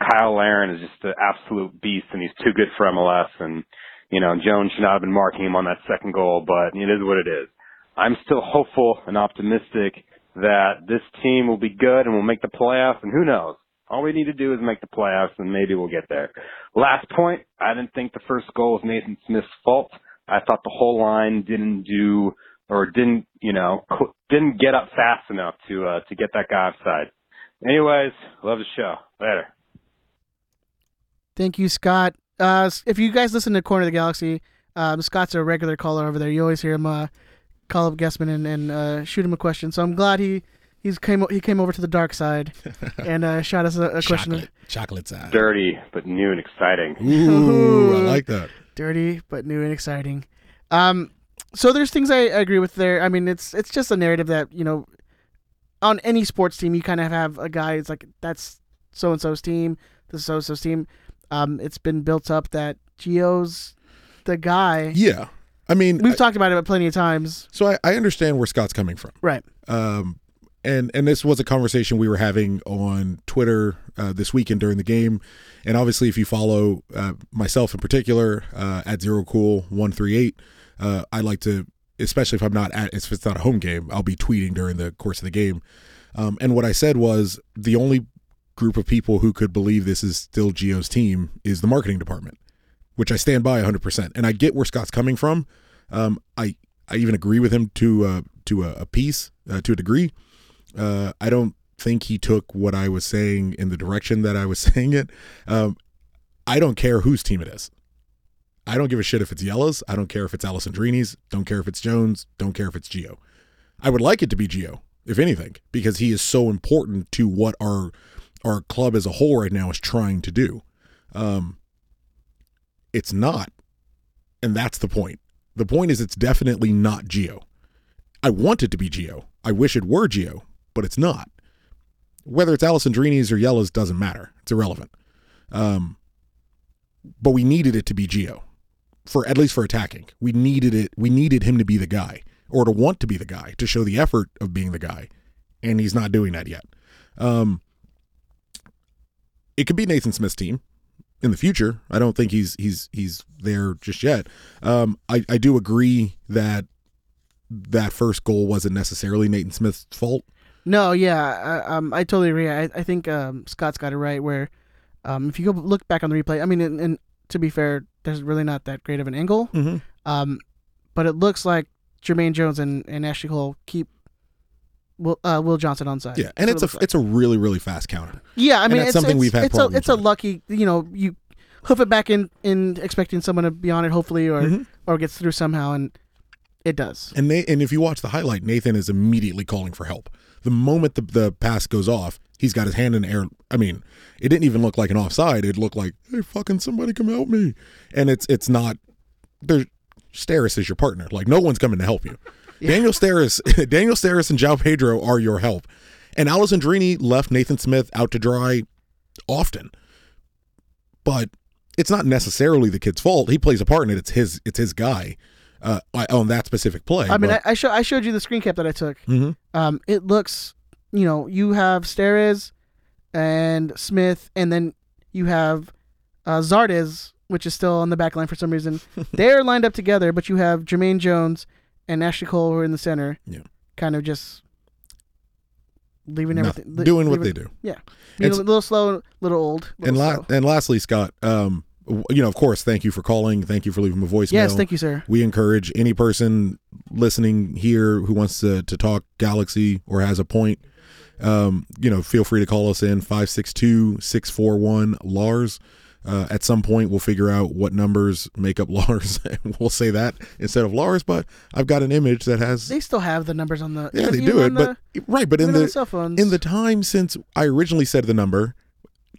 G: Kyle Aaron is just an absolute beast, and he's too good for MLS. And you know, Jones should not have been marking him on that second goal, but it is what it is. I'm still hopeful and optimistic that this team will be good and will make the playoffs. And who knows? All we need to do is make the playoffs, and maybe we'll get there. Last point: I didn't think the first goal was Nathan Smith's fault. I thought the whole line didn't do or didn't, you know, cl- didn't get up fast enough to uh, to get that guy offside. Anyways, love the show. Later.
E: Thank you, Scott. Uh, s- if you guys listen to Corner of the Galaxy, um, Scott's a regular caller over there. You always hear him uh, call up Guessman and, and uh, shoot him a question. So I'm glad he he's came o- he came over to the dark side and uh, shot us a, a question.
F: Chocolate, chocolate side.
G: Dirty but new and exciting.
F: Ooh, I like that.
E: Dirty but new and exciting. Um, so there's things I, I agree with there. I mean, it's it's just a narrative that you know, on any sports team, you kind of have a guy. It's like that's so and so's team. This so and so's team. Um, it's been built up that Geo's the guy.
F: Yeah, I mean,
E: We've talked about it plenty of times.
F: so I, I understand where Scott's coming from.
E: Right.
F: um, and and this was a conversation we were having on Twitter uh, this weekend during the game, and obviously if you follow uh, myself in particular uh, at zero cool one three eight, uh, I like to especially if I'm not at if it's not a home game, I'll be tweeting during the course of the game, um, and what I said was the only group of people who could believe this is still Geo's team is the marketing department which I stand by 100%. And I get where Scott's coming from. Um, I I even agree with him to uh, to a, a piece uh, to a degree. Uh, I don't think he took what I was saying in the direction that I was saying it. Um, I don't care whose team it is. I don't give a shit if it's Yellows. I don't care if it's Alessandrini's. Don't care if it's Jones. Don't care if it's Geo. I would like it to be Geo, if anything, because he is so important to what our our club as a whole right now is trying to do. Um, it's not. And that's the point. The point is it's definitely not Geo. I want it to be Geo. I wish it were Geo, but it's not. Whether it's Alessandrini's or Yella's doesn't matter. It's irrelevant. Um, but we needed it to be Geo for at least for attacking. We needed it. We needed him to be the guy or to want to be the guy to show the effort of being the guy. And he's not doing that yet. Um, it could be Nathan Smith's team in the future. I don't think he's he's he's there just yet. Um, I I do agree that that first goal wasn't necessarily Nathan Smith's fault.
E: No, yeah, I, um, I totally agree. I, I think um, Scott's got it right. Where, um, if you go look back on the replay, I mean, and, and to be fair, there's really not that great of an angle.
F: Mhm.
E: Um, but it looks like Jermaine Jones and, and Ashley Cole keep Will uh, Will Johnson on side.
F: Yeah, and it's a it's a really really fast counter.
E: yeah. I mean,
F: that's
E: it's
F: something
E: it's-
F: we've had
E: It's a
F: problems
E: it's a
F: with.
E: lucky. You know, you hoof it back in, in expecting someone to be on it, hopefully, or
F: Mm-hmm.
E: or gets through somehow, and it does.
F: And they, and if you watch the highlight, Nathan is immediately calling for help. The moment the, the pass goes off, he's got his hand in the air. I mean, it didn't even look like an offside. It looked like, hey, fucking somebody come help me. And it's it's not. There's Steris is your partner. Like no one's coming to help you. Daniel Steris, Daniel Steris, and Jao Pedro are your help. And Alessandrini left Nathan Smith out to dry often, but it's not necessarily the kid's fault. He plays a part in it. It's his it's his guy uh, on that specific play.
E: I mean,
F: but- Mm-hmm.
E: I, I, show, I showed you the screen cap that I took. Um, it looks, you know, you have Steres and Smith, and then you have uh, Zardes, which is still on the back line for some reason. They're lined up together, but you have Jermaine Jones and Ashley Cole who are in the center.
F: Yeah.
E: Kind of just leaving
F: Nothing.
E: everything. li-
F: Doing what
E: leaving-
F: they do.
E: Yeah. Being a
F: It's-
E: little slow, a little old. a
F: and
E: little
F: la-
E: slow.
F: and lastly, Scott, um, w- you know, of course, thank you for calling. Thank you for leaving a voicemail.
E: Yes, thank you, sir.
F: We encourage any person listening here who wants to, to talk Galaxy or has a point, um, you know, feel free to call us in 562-641-LARS. Uh, at some point, we'll figure out what numbers make up Lars, and we'll say that instead of Lars. But I've got an image that has
E: They still have the numbers on the.
F: yeah, they
E: even
F: do it,
E: on the-
F: but right, but in
E: even on
F: the
E: the cell phones.
F: in the time since I originally said the number,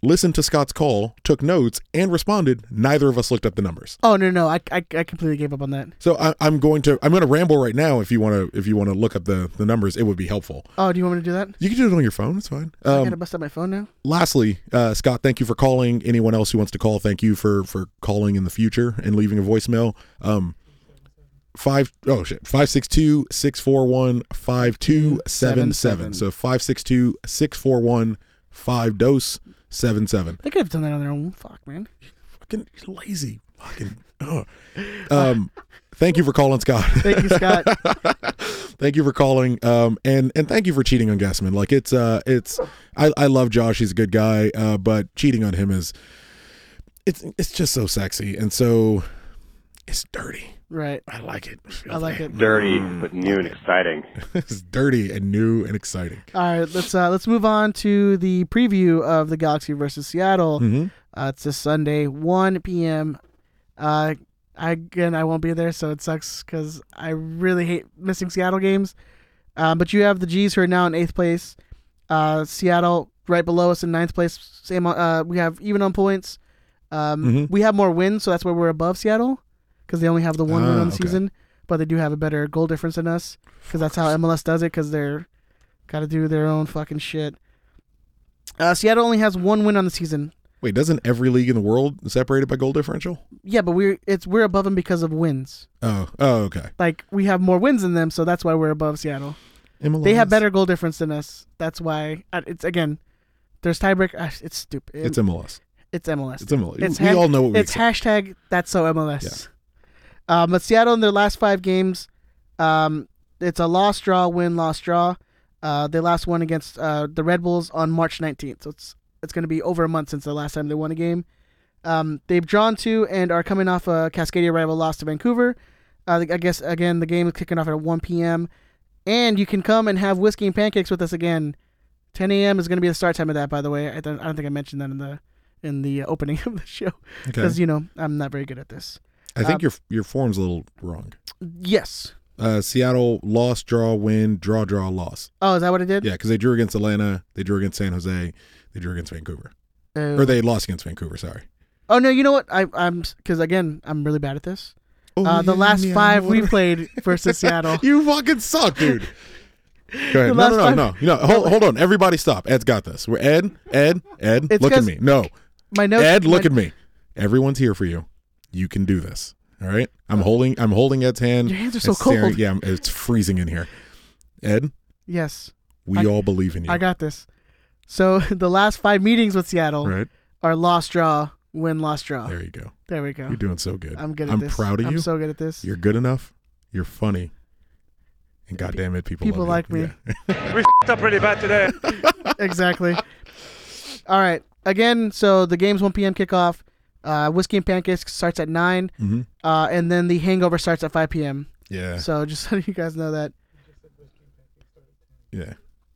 F: listened to Scott's call, took notes, and responded, neither of us looked up the numbers.
E: Oh no, no, I, I, I completely gave up on that.
F: So I, I'm going to I'm going to ramble right now. If you want to if you want to look up the the numbers, it would be helpful.
E: Oh, do you want me to do that?
F: You can do it on your phone. It's fine.
E: I
F: Um,
E: gotta bust out my phone now.
F: lastly, uh, Scott, thank you for calling. Anyone else who wants to call, thank you for for calling in the future and leaving a voicemail. Um, five oh shit five six two six four one five two seven seven. So five six two six four one five dose seven seven.
E: They could have done that on their own. Fuck, man.
F: Fucking lazy. Fucking. ugh. Um, thank you for calling, Scott.
E: Thank you, Scott.
F: thank you for calling um and and thank you for cheating on Gasman. Like it's uh it's I I love Josh, he's a good guy, uh but cheating on him is it's it's just so sexy and so it's dirty.
E: right.
F: I like it.
E: I like it.
G: Dirty, but new and exciting.
F: it's dirty and new and exciting.
E: All right, let's uh, let's move on to the preview of the Galaxy versus Seattle.
F: Mm-hmm.
E: Uh, it's this Sunday, 1 p.m. Uh, I, again, I won't be there, so it sucks because I really hate missing Seattle games. Uh, but you have the G's who are now in eighth place. Uh, Seattle right below us in ninth place. Same. on- Uh, we have even on points. Um,
F: Mm-hmm.
E: We have more wins, so that's why we're above Seattle because they only have the one win
F: Ah,
E: on the
F: okay.
E: season, but they do have a better goal difference than us because that's how MLS does it because they're got to do their own fucking shit. Uh, Seattle only has one win on the season.
F: Wait, doesn't every league in the world separated by goal differential?
E: Yeah, but we're it's we're above them because of wins.
F: Oh, oh okay.
E: Like we have more wins than them, so that's why we're above Seattle. They have
F: MLS.
E: better goal difference than us. That's why uh, it's again. There's tiebreak. uh, It's stupid.
F: It's MLS.
E: It's MLS.
F: It's MLS. We all know what we
E: It's hashtag that's so MLS. Um, but Seattle in their last five games, um, it's a loss, draw, win, loss, draw. Uh, they last won against uh, the Red Bulls on March 19th, so it's it's going to be over a month since the last time they won a game. Um, they've drawn two and are coming off a Cascadia rival loss to Vancouver. Uh, I guess again the game is kicking off at 1 p.m. And you can come and have whiskey and pancakes with us again. 10 a.m. is going to be the start time of that. By the way, I don't, I don't think I mentioned that in the in the uh, opening of the show because you know I'm not very good at this.
F: I think your your form's a little wrong.
E: Yes.
F: Uh, Seattle lost, draw, win, draw, draw, loss.
E: Oh, is that what I did?
F: Yeah, because they drew against Atlanta, they drew against San Jose, they drew against Vancouver,
E: Oh.
F: or they lost against Vancouver. Sorry.
E: oh no, you know what? I, I'm because again I'm really bad at this. Uh,
F: Oh,
E: the last five we played versus Seattle.
F: You fucking suck, dude. Go ahead. No,
E: last
F: no, no,
E: five-
F: no, no. Hold, hold on. Everybody, stop. Ed's got this. We're Ed, Ed, Ed.
E: It's
F: look at
E: 'cause-
F: me. No,
E: My notes.
F: Ed, look
E: my-
F: at me. Everyone's here for you. You can do this. All right. I'm holding. I'm holding Ed's hand.
E: Your hands are
F: and
E: so
F: staring-
E: cold.
F: Yeah, I'm- it's freezing in here. Ed,
E: Yes,
F: we
E: I-
F: all believe in you.
E: I got this. So the last five meetings with Seattle
F: right.
E: are lost draw, win, lost draw.
F: There you go.
E: There we go.
F: You're doing so good.
E: I'm good at
F: I'm
E: this.
F: proud of you.
E: I'm so good at this.
F: You're good enough. You're funny. And goddamn it, people
E: people
F: love you.
E: like me.
F: Yeah.
E: exactly. All right. Again, so the game's 1 p.m. kickoff. Uh, Whiskey and Pancakes starts at 9.
F: Mm-hmm.
E: Uh, and then the hangover starts at 5 p.m.
F: Yeah.
E: So just so you guys know that.
F: yeah.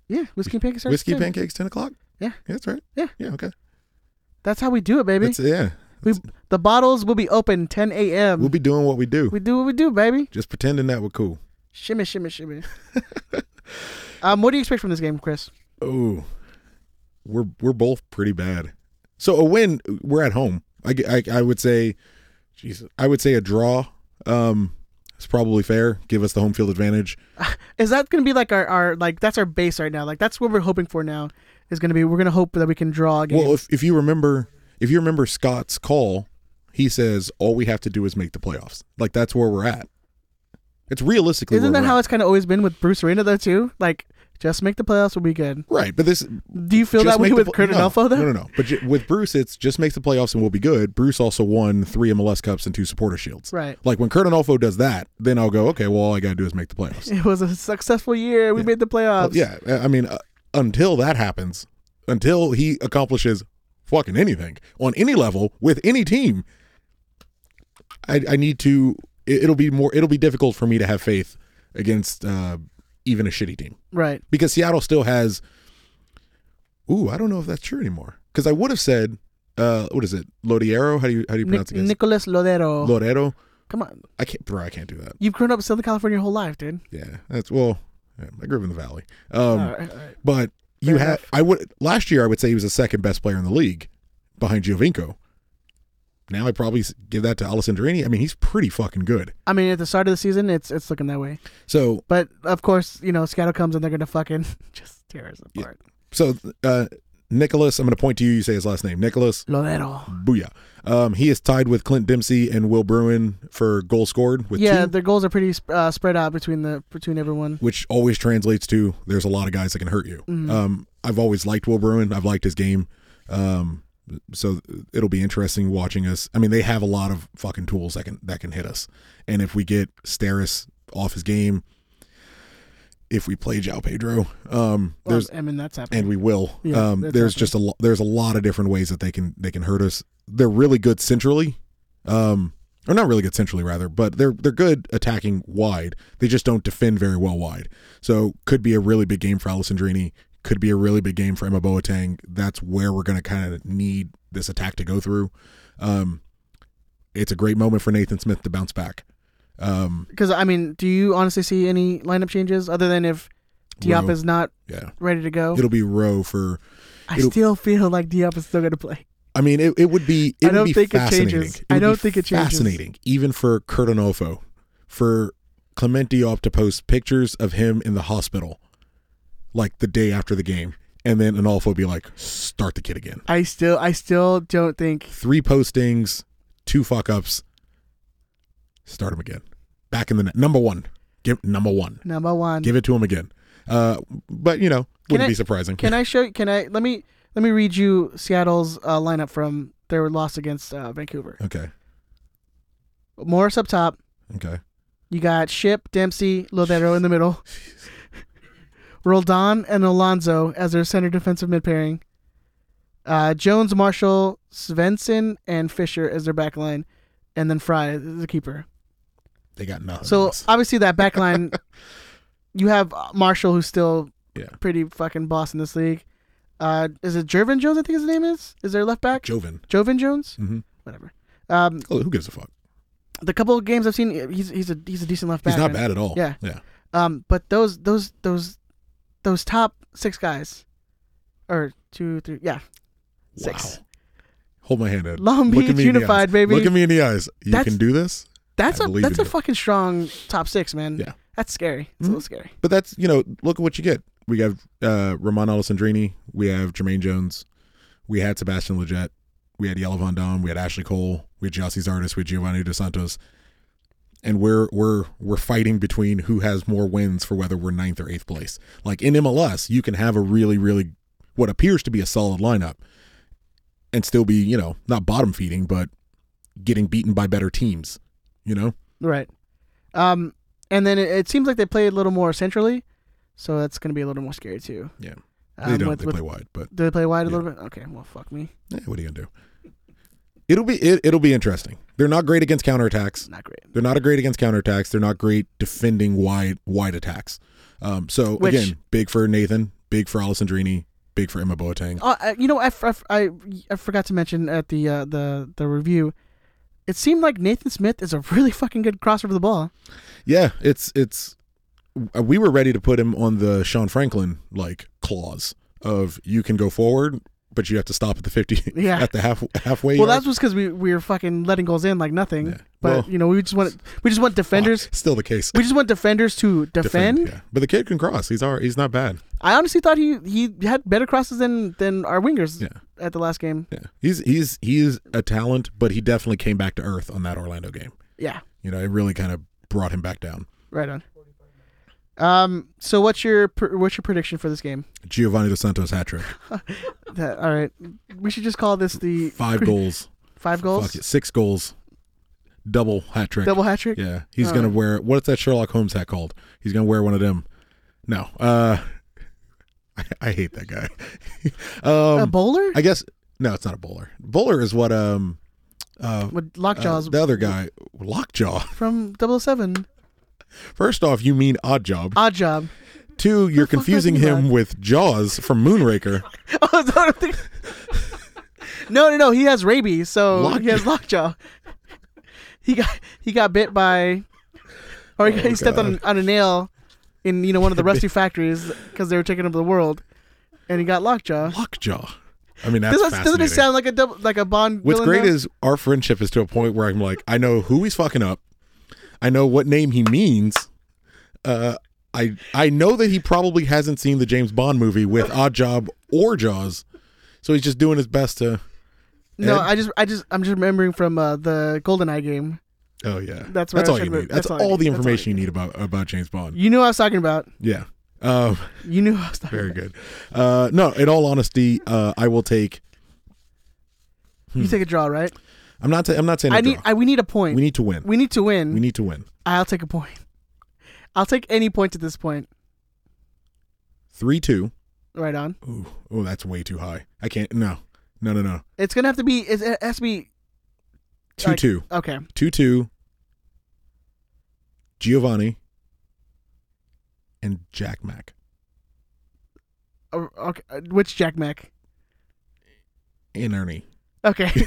E: Yeah, Whiskey and Pancakes starts
F: Whiskey
E: at 10.
F: pancakes, ten o'clock.
E: Yeah.
F: that's right.
E: Yeah.
F: Yeah. Okay.
E: That's how we do it, baby.
F: That's yeah.
E: We the bottles will be open 10 a.m.
F: We'll be doing what we do.
E: we do what we do, baby.
F: Just pretending that we're cool.
E: Shimmy, shimmy, shimmy. um, what do you expect from this game, Chris?
F: Oh, we're we're both pretty bad. So a win, we're at home. I, g- I- I would say, Jesus, I would say a draw. Um, it's probably fair. Give us the home field advantage.
E: Is that going to be like our, our like that's our base right now? Like that's what we're hoping for now. Is going to be we're going to hope that we can draw a game.
F: Well, if if you remember, if you remember Scott's call, he says all we have to do is make the playoffs. Like that's where we're at. It's realistically.
E: Isn't
F: where
E: that
F: we're
E: how
F: at.
E: it's kind of always been with Bruce Arena though too? Like just make the playoffs, we'll be good.
F: Right, but this
E: Do you feel
F: just
E: that way
F: make the
E: with
F: pl-
E: Kurt
F: no,
E: Adolfo though?
F: No, no, no. But ju- with Bruce, it's just make the playoffs and we'll be good. Bruce also won three MLS Cups and two Supporter Shields.
E: Right.
F: Like when Kurt Adolfo does that, then I'll go, okay, well, all I got to do is make the playoffs.
E: It was a successful year. We made the
F: Well,
E: playoffs.
F: yeah, I I mean, uh, until that happens, until he accomplishes fucking anything on any level with any team, I, I need to. It, it'll be more. It'll be difficult for me to have faith against uh, even a shitty team.
E: Right.
F: because Seattle still has. Ooh, I don't know if that's true anymore. Because I would have said, uh, what is it, Lodiero? How do you how do you
E: Nic-
F: pronounce it?
E: Nicholas Lodero.
F: Lodero.
E: Come on.
F: I can't, bro. I can't do that.
E: You've grown up in Southern California your whole life, dude.
F: Yeah, that's well. yeah, I grew up in the valley. Um,
E: All right, all right.
F: but you
E: Fair
F: have.
E: enough.
F: I would last year. I would say he was the second best player in the league, behind Giovinco. Now I probably s- give that to Alessandrini. I mean, he's pretty fucking good.
E: I mean, at the start of the season, it's it's looking that way.
F: So
E: But of course, you know, Seattle comes and they're gonna fucking just tear us apart.
F: so uh, Nicholas, I'm going to point to you. You say his last name, Nicholas.
E: Lodero.
F: Booyah. Um, he is tied with Clint Dempsey and Will Bruin for goal scored with
E: Yeah,
F: two,
E: their goals are pretty sp- uh, spread out between the between everyone.
F: which always translates to there's a lot of guys that can hurt you. Um, I've always liked Will Bruin. I've liked his game. Um, so it'll be interesting watching us. I mean, they have a lot of fucking tools that can that can hit us. And if we get Steris off his game, if we play Jao Pedro, um,
E: Well,
F: there's
E: I mean, that's happening.
F: and we will.
E: Yeah,
F: um,
E: that's
F: there's
E: happening.
F: just a lo- there's a lot of different ways that they can they can hurt us. They're really good centrally, um, or not really good centrally rather, but they're they're good attacking wide. They just don't defend very well wide. So could be a really big game for Alessandrini. Could be a really big game for Emma Boateng. That's where we're going to kind of need this attack to go through. Um, it's a great moment for Nathan Smith to bounce back. Um,
E: Because I mean, do you honestly see any lineup changes other than if Diop
F: Rowe.
E: is not
F: yeah,
E: ready to go?
F: it'll be Rowe for.
E: I
F: it'll-
E: still feel like Diop is still gonna play.
F: I mean, it, it would be. It
E: I don't
F: would be
E: think it
F: fascinating.
E: changes.
F: would
E: I don't
F: be
E: think it changes.
F: Fascinating, even for Kurt Onofo, for Clement Diop to post pictures of him in the hospital, like the day after the game, and then Onofo be like, "Start the kid again."
E: I still, I still don't think
F: Three postings, two fuck ups. Start him again. Back in the net. Number one. Give number one.
E: number one.
F: Give it to him again. Uh, but you know, wouldn't
E: I-
F: be surprising.
E: Can I show? Can I? Let me let me read you Seattle's uh, lineup from their loss against uh, Vancouver.
F: Okay.
E: Morris up top.
F: Okay.
E: You got Ship, Dempsey, Lodero in the middle. Roldan and Alonso as their center defensive mid pairing. Uh, Jones, Marshall, Svensson, and Fisher as their back line. And then Fry as the keeper.
F: They got nothing.
E: So
F: else.
E: obviously that back line, you have uh, Marshall who's still
F: Yeah.
E: pretty fucking boss in this league. Uh, is it Jervin Jones? I think his name is. Is their left back
F: Jovan.
E: Jovin Jones?
F: Mhm.
E: Whatever. Um,
F: Oh, who gives a fuck?
E: the couple of games I've seen, he's he's a he's a decent left back.
F: He's not
E: man.
F: bad at all.
E: Yeah.
F: Yeah.
E: Um, but those those those those top six guys, or two, three, yeah, six.
F: Wow. Hold my hand out.
E: Long
F: Look at
E: Beach
F: me in the
E: Unified,
F: eyes.
E: baby.
F: Look at me in the eyes. You
E: That's-
F: can do this.
E: That's
F: I
E: a
F: believe
E: that's
F: in
E: a
F: you.
E: fucking strong top six, man.
F: Yeah. Mm-hmm.
E: that's scary. It's a little scary.
F: But that's you know, look at what you get. We have uh, Ramon Alessandrini. We have Jermaine Jones. We had Sebastian Leggett. We had Yellow Van Dom. We had Ashley Cole. We had Jossie's artist. We had Giovanni Dos Santos. And we're we're we're fighting between who has more wins for whether we're ninth or eighth place. Like in MLS, you can have a really really what appears to be a solid lineup, and still be you know not bottom feeding, but getting beaten by better teams. You know.
E: Right. Um, and then it, it seems like they play a little more centrally, so that's gonna be a little more scary too.
F: Yeah. They
E: Um,
F: don't.
E: with-
F: they
E: with-
F: play wide, but
E: Do they play wide a little bit? Okay. Well, fuck me.
F: eh, what are you gonna do? It'll be it, it'll be interesting. They're not great against counterattacks.
E: Not great.
F: They're not great against counterattacks. They're not great defending wide wide attacks. Um, so
E: Which-
F: again, big for Nathan, big for Alessandrini, big for Emma Boateng.
E: Uh, I- you know, I, f- I f- I- I forgot to mention at the uh, the the review, it seemed like Nathan Smith is a really fucking good crosser for the ball.
F: Yeah, it's it's uh, we were ready to put him on the Sean Franklin like clause of you can go forward, but you have to stop at the fifty
E: Yeah.
F: at the half halfway.
E: Well,
F: yard.
E: that's just because we, we were fucking letting goals in like nothing. But
F: Well-
E: you know, we just want we just want defenders.
F: still the case.
E: We just want defenders to defend.
F: yeah. But the kid can cross. He's all right. He's not bad.
E: I honestly thought he, he had better crosses than than our wingers
F: Yeah.
E: at the last game.
F: Yeah, he's he's he's a talent, but he definitely came back to earth on that Orlando game.
E: Yeah,
F: You know, it really kind of brought him back down.
E: right on. Um. So what's your pr- what's your prediction for this game?
F: Giovanni Dos Santos hat trick,
E: That, all right, we should just call this the
F: five goals,
E: five goals,
F: Fuck it, six goals, double hat trick,
E: double hat trick.
F: Yeah, he's gonna wear what's that Sherlock Holmes hat called? He's gonna wear one of them. No, uh, I, I hate that guy.
E: A
F: um,
E: bowler
F: I guess no, it's not a bowler. Bowler is what um
E: with
F: uh,
E: lockjaws
F: the other guy Lockjaw.
E: from 007.
F: First off, you mean odd job.
E: Odd job.
F: Two, you're
E: fuck was
F: confusing
E: he
F: him
E: like?
F: with Jaws from Moonraker.
E: Oh, no, no, think- no, no, no. He has rabies, so he has lockjaw. He got he got bit by, or he,
F: Oh,
E: he stepped on, on a nail in you know one of the rusty factories because they were taking over the world, and he got lockjaw.
F: Lockjaw. I mean, that's
E: Doesn't,
F: fascinating.
E: doesn't it sound like a double, like a Bond?
F: What's
E: villain,
F: great
E: though?
F: is our friendship is to a point where I'm like, I know who he's fucking up. I know what name he means. Uh, I I know that he probably hasn't seen the James Bond movie with Odd Job or Jaws, so he's just doing his best to.
E: no.
F: Ed?
E: I just I just I'm just remembering from uh, the GoldenEye game.
F: Oh yeah,
E: That's where
F: that's
E: I
F: all you
E: should move.
F: need. That's,
E: That's all I
F: all the
E: need. That's all I
F: information you need about about James Bond.
E: You knew what I was talking about.
F: Yeah. Um,
E: You knew what I was talking
F: very
E: about.
F: good. Uh, no, in all honesty, uh, I will take. hmm.
E: You take a draw, right?
F: I'm not. ta- I'm not saying. I
E: I need I, we need a point.
F: we need to win.
E: we need to win.
F: We need to win.
E: I'll take a point. I'll take any point at this point.
F: Three two.
E: Right on.
F: Ooh, oh, that's way too high. I can't. No, no, no, no.
E: It's gonna have to be. It it has to be
F: Two
E: like-
F: two
E: okay.
F: two two. Giovanni. And Jack Mack.
E: Uh, Okay. Uh, Which Jack Mac?
F: And Ernie.
E: Okay.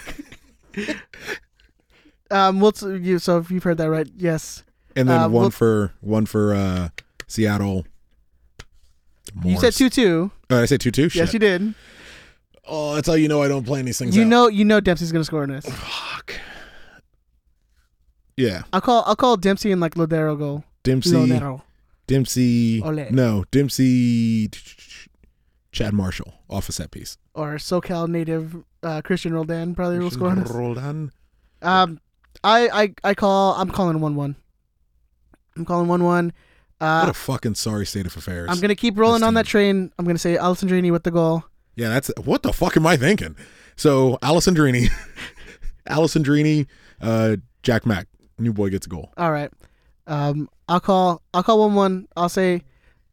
E: um. What's you? So if you've heard that right, yes.
F: And then
E: Uh,
F: one
E: we'll-
F: for one for uh Seattle.
E: You said
F: Morris.
E: two two.
F: Oh, I said two two.
E: Yes, you did.
F: Oh, that's how you know I don't plan these things.
E: You
F: out.
E: know. You know Dempsey's gonna score on this.
F: Fuck. Yeah,
E: I'll call. I'll call Dempsey and like Lodero goal.
F: Dempsey.
E: Lodero.
F: Dempsey.
E: Ole.
F: No, Dempsey. Chad Marshall off a set piece.
E: Or SoCal native uh, Christian Roldan probably will score on us.
F: Roldan.
E: Um, I, I I call. I'm calling one one. I'm calling one one.
F: What
E: Uh,
F: a fucking sorry state of affairs.
E: I'm gonna keep rolling
F: this
E: on that
F: team.
E: train. I'm gonna say Alessandrini with the goal.
F: yeah, that's what the fuck am I thinking? So Alessandrini, Alessandrini, uh, Jack Mack, new boy gets a goal.
E: All right. Um, I'll call. I'll call one one. I'll say,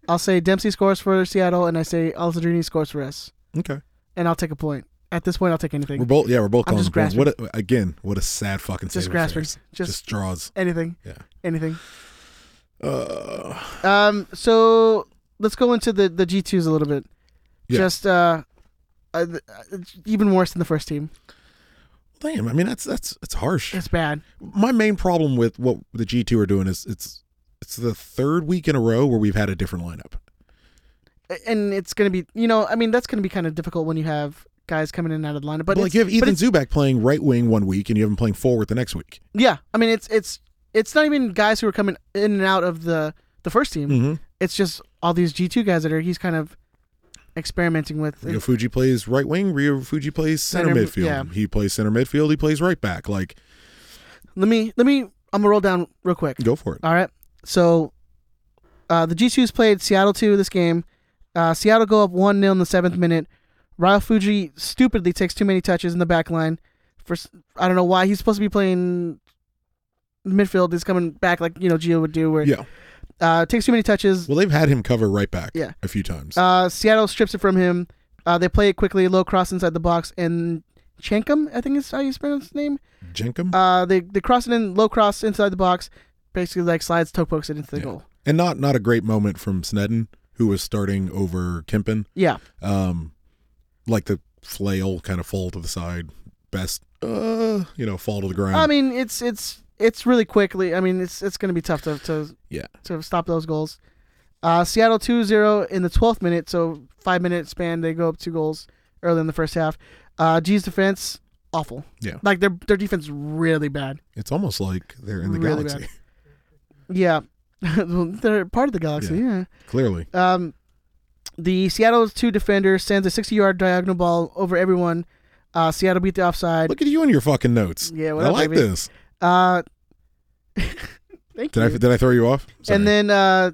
E: I'll say Dempsey scores for Seattle, and I say Alessandrini scores for us,
F: Okay,
E: and I'll take a point. At this point, I'll take
F: we're
E: anything.
F: both yeah, we're both
E: I'm
F: calling
E: just
F: the points. What a, again? What a sad fucking state
E: Just
F: of
E: grasping.
F: affairs.
E: Just-
F: just draws.
E: Anything.
F: Yeah.
E: Anything. Uh. Um. So let's go into the the G twos a little bit.
F: Yeah.
E: Just uh, uh, th- uh, it's even worse than the first team.
F: Damn, I mean that's that's it's harsh.
E: It's bad.
F: my main problem with what the G two are doing is it's it's the third week in a row where we've had a different lineup.
E: A- And it's gonna be, you know, I mean, that's gonna be kind of difficult when you have guys coming in and out of the lineup. But
F: But like
E: it's-
F: you have Ethan
E: but it's-
F: Zubak playing right wing one week and you have him playing forward the next week.
E: Yeah, I mean it's it's it's not even guys who are coming in and out of the the first team.
F: Mhm.
E: It's just all these G two guys that are he's kind of experimenting with.
F: Rio Fuji plays right wing. Rio Fuji plays center,
E: Center,
F: midfield.
E: yeah.
F: He plays center midfield. He plays right back. Like
E: Let me let me I'm gonna roll down real quick.
F: go for it.
E: All right, so uh, the G twos played Seattle two this game. Uh, Seattle go up one 0 in the seventh minute. Ryo Fuji stupidly takes too many touches in the back line. For s- I don't know why he's supposed to be playing midfield. He's coming back like you know Gio would do, where
F: Yeah.
E: uh, takes too many touches.
F: Well, they've had him cover right back.
E: Yeah.
F: A few times.
E: Uh, Seattle strips it from him. Uh, they play it quickly, low cross inside the box, and Chankum, I think is how you pronounce his name.
F: Jenkum.
E: Uh, they they cross it in, low cross inside the box, basically like slides toe pokes it into the
F: Yeah.
E: goal.
F: and not not a great moment from Snedden, who was starting over Kempen.
E: Yeah,
F: Um, like the flail kind of fall to the side. Best, uh, you know, fall to the ground.
E: I mean, it's it's it's really quickly. I mean, it's it's going to be tough to to,
F: yeah,
E: to stop those goals. Uh, Seattle 2-0 in the 12th minute, so five minute span. They go up two goals early in the first half. Uh, G's defense awful.
F: Yeah.
E: like their their defense really bad.
F: it's almost like they're in the
E: Really
F: galaxy.
E: bad. Yeah, Well, they're part of the galaxy.
F: Yeah.
E: yeah.
F: Clearly,
E: Um, the Seattle's two defenders sends a 60 yard diagonal ball over everyone. Uh, Seattle beat the offside.
F: look at you and your fucking notes.
E: Yeah, what
F: I
E: up,
F: like
E: baby?
F: this.
E: Uh, thank
F: Did
E: you.
F: I did I throw you off? Sorry.
E: and then uh,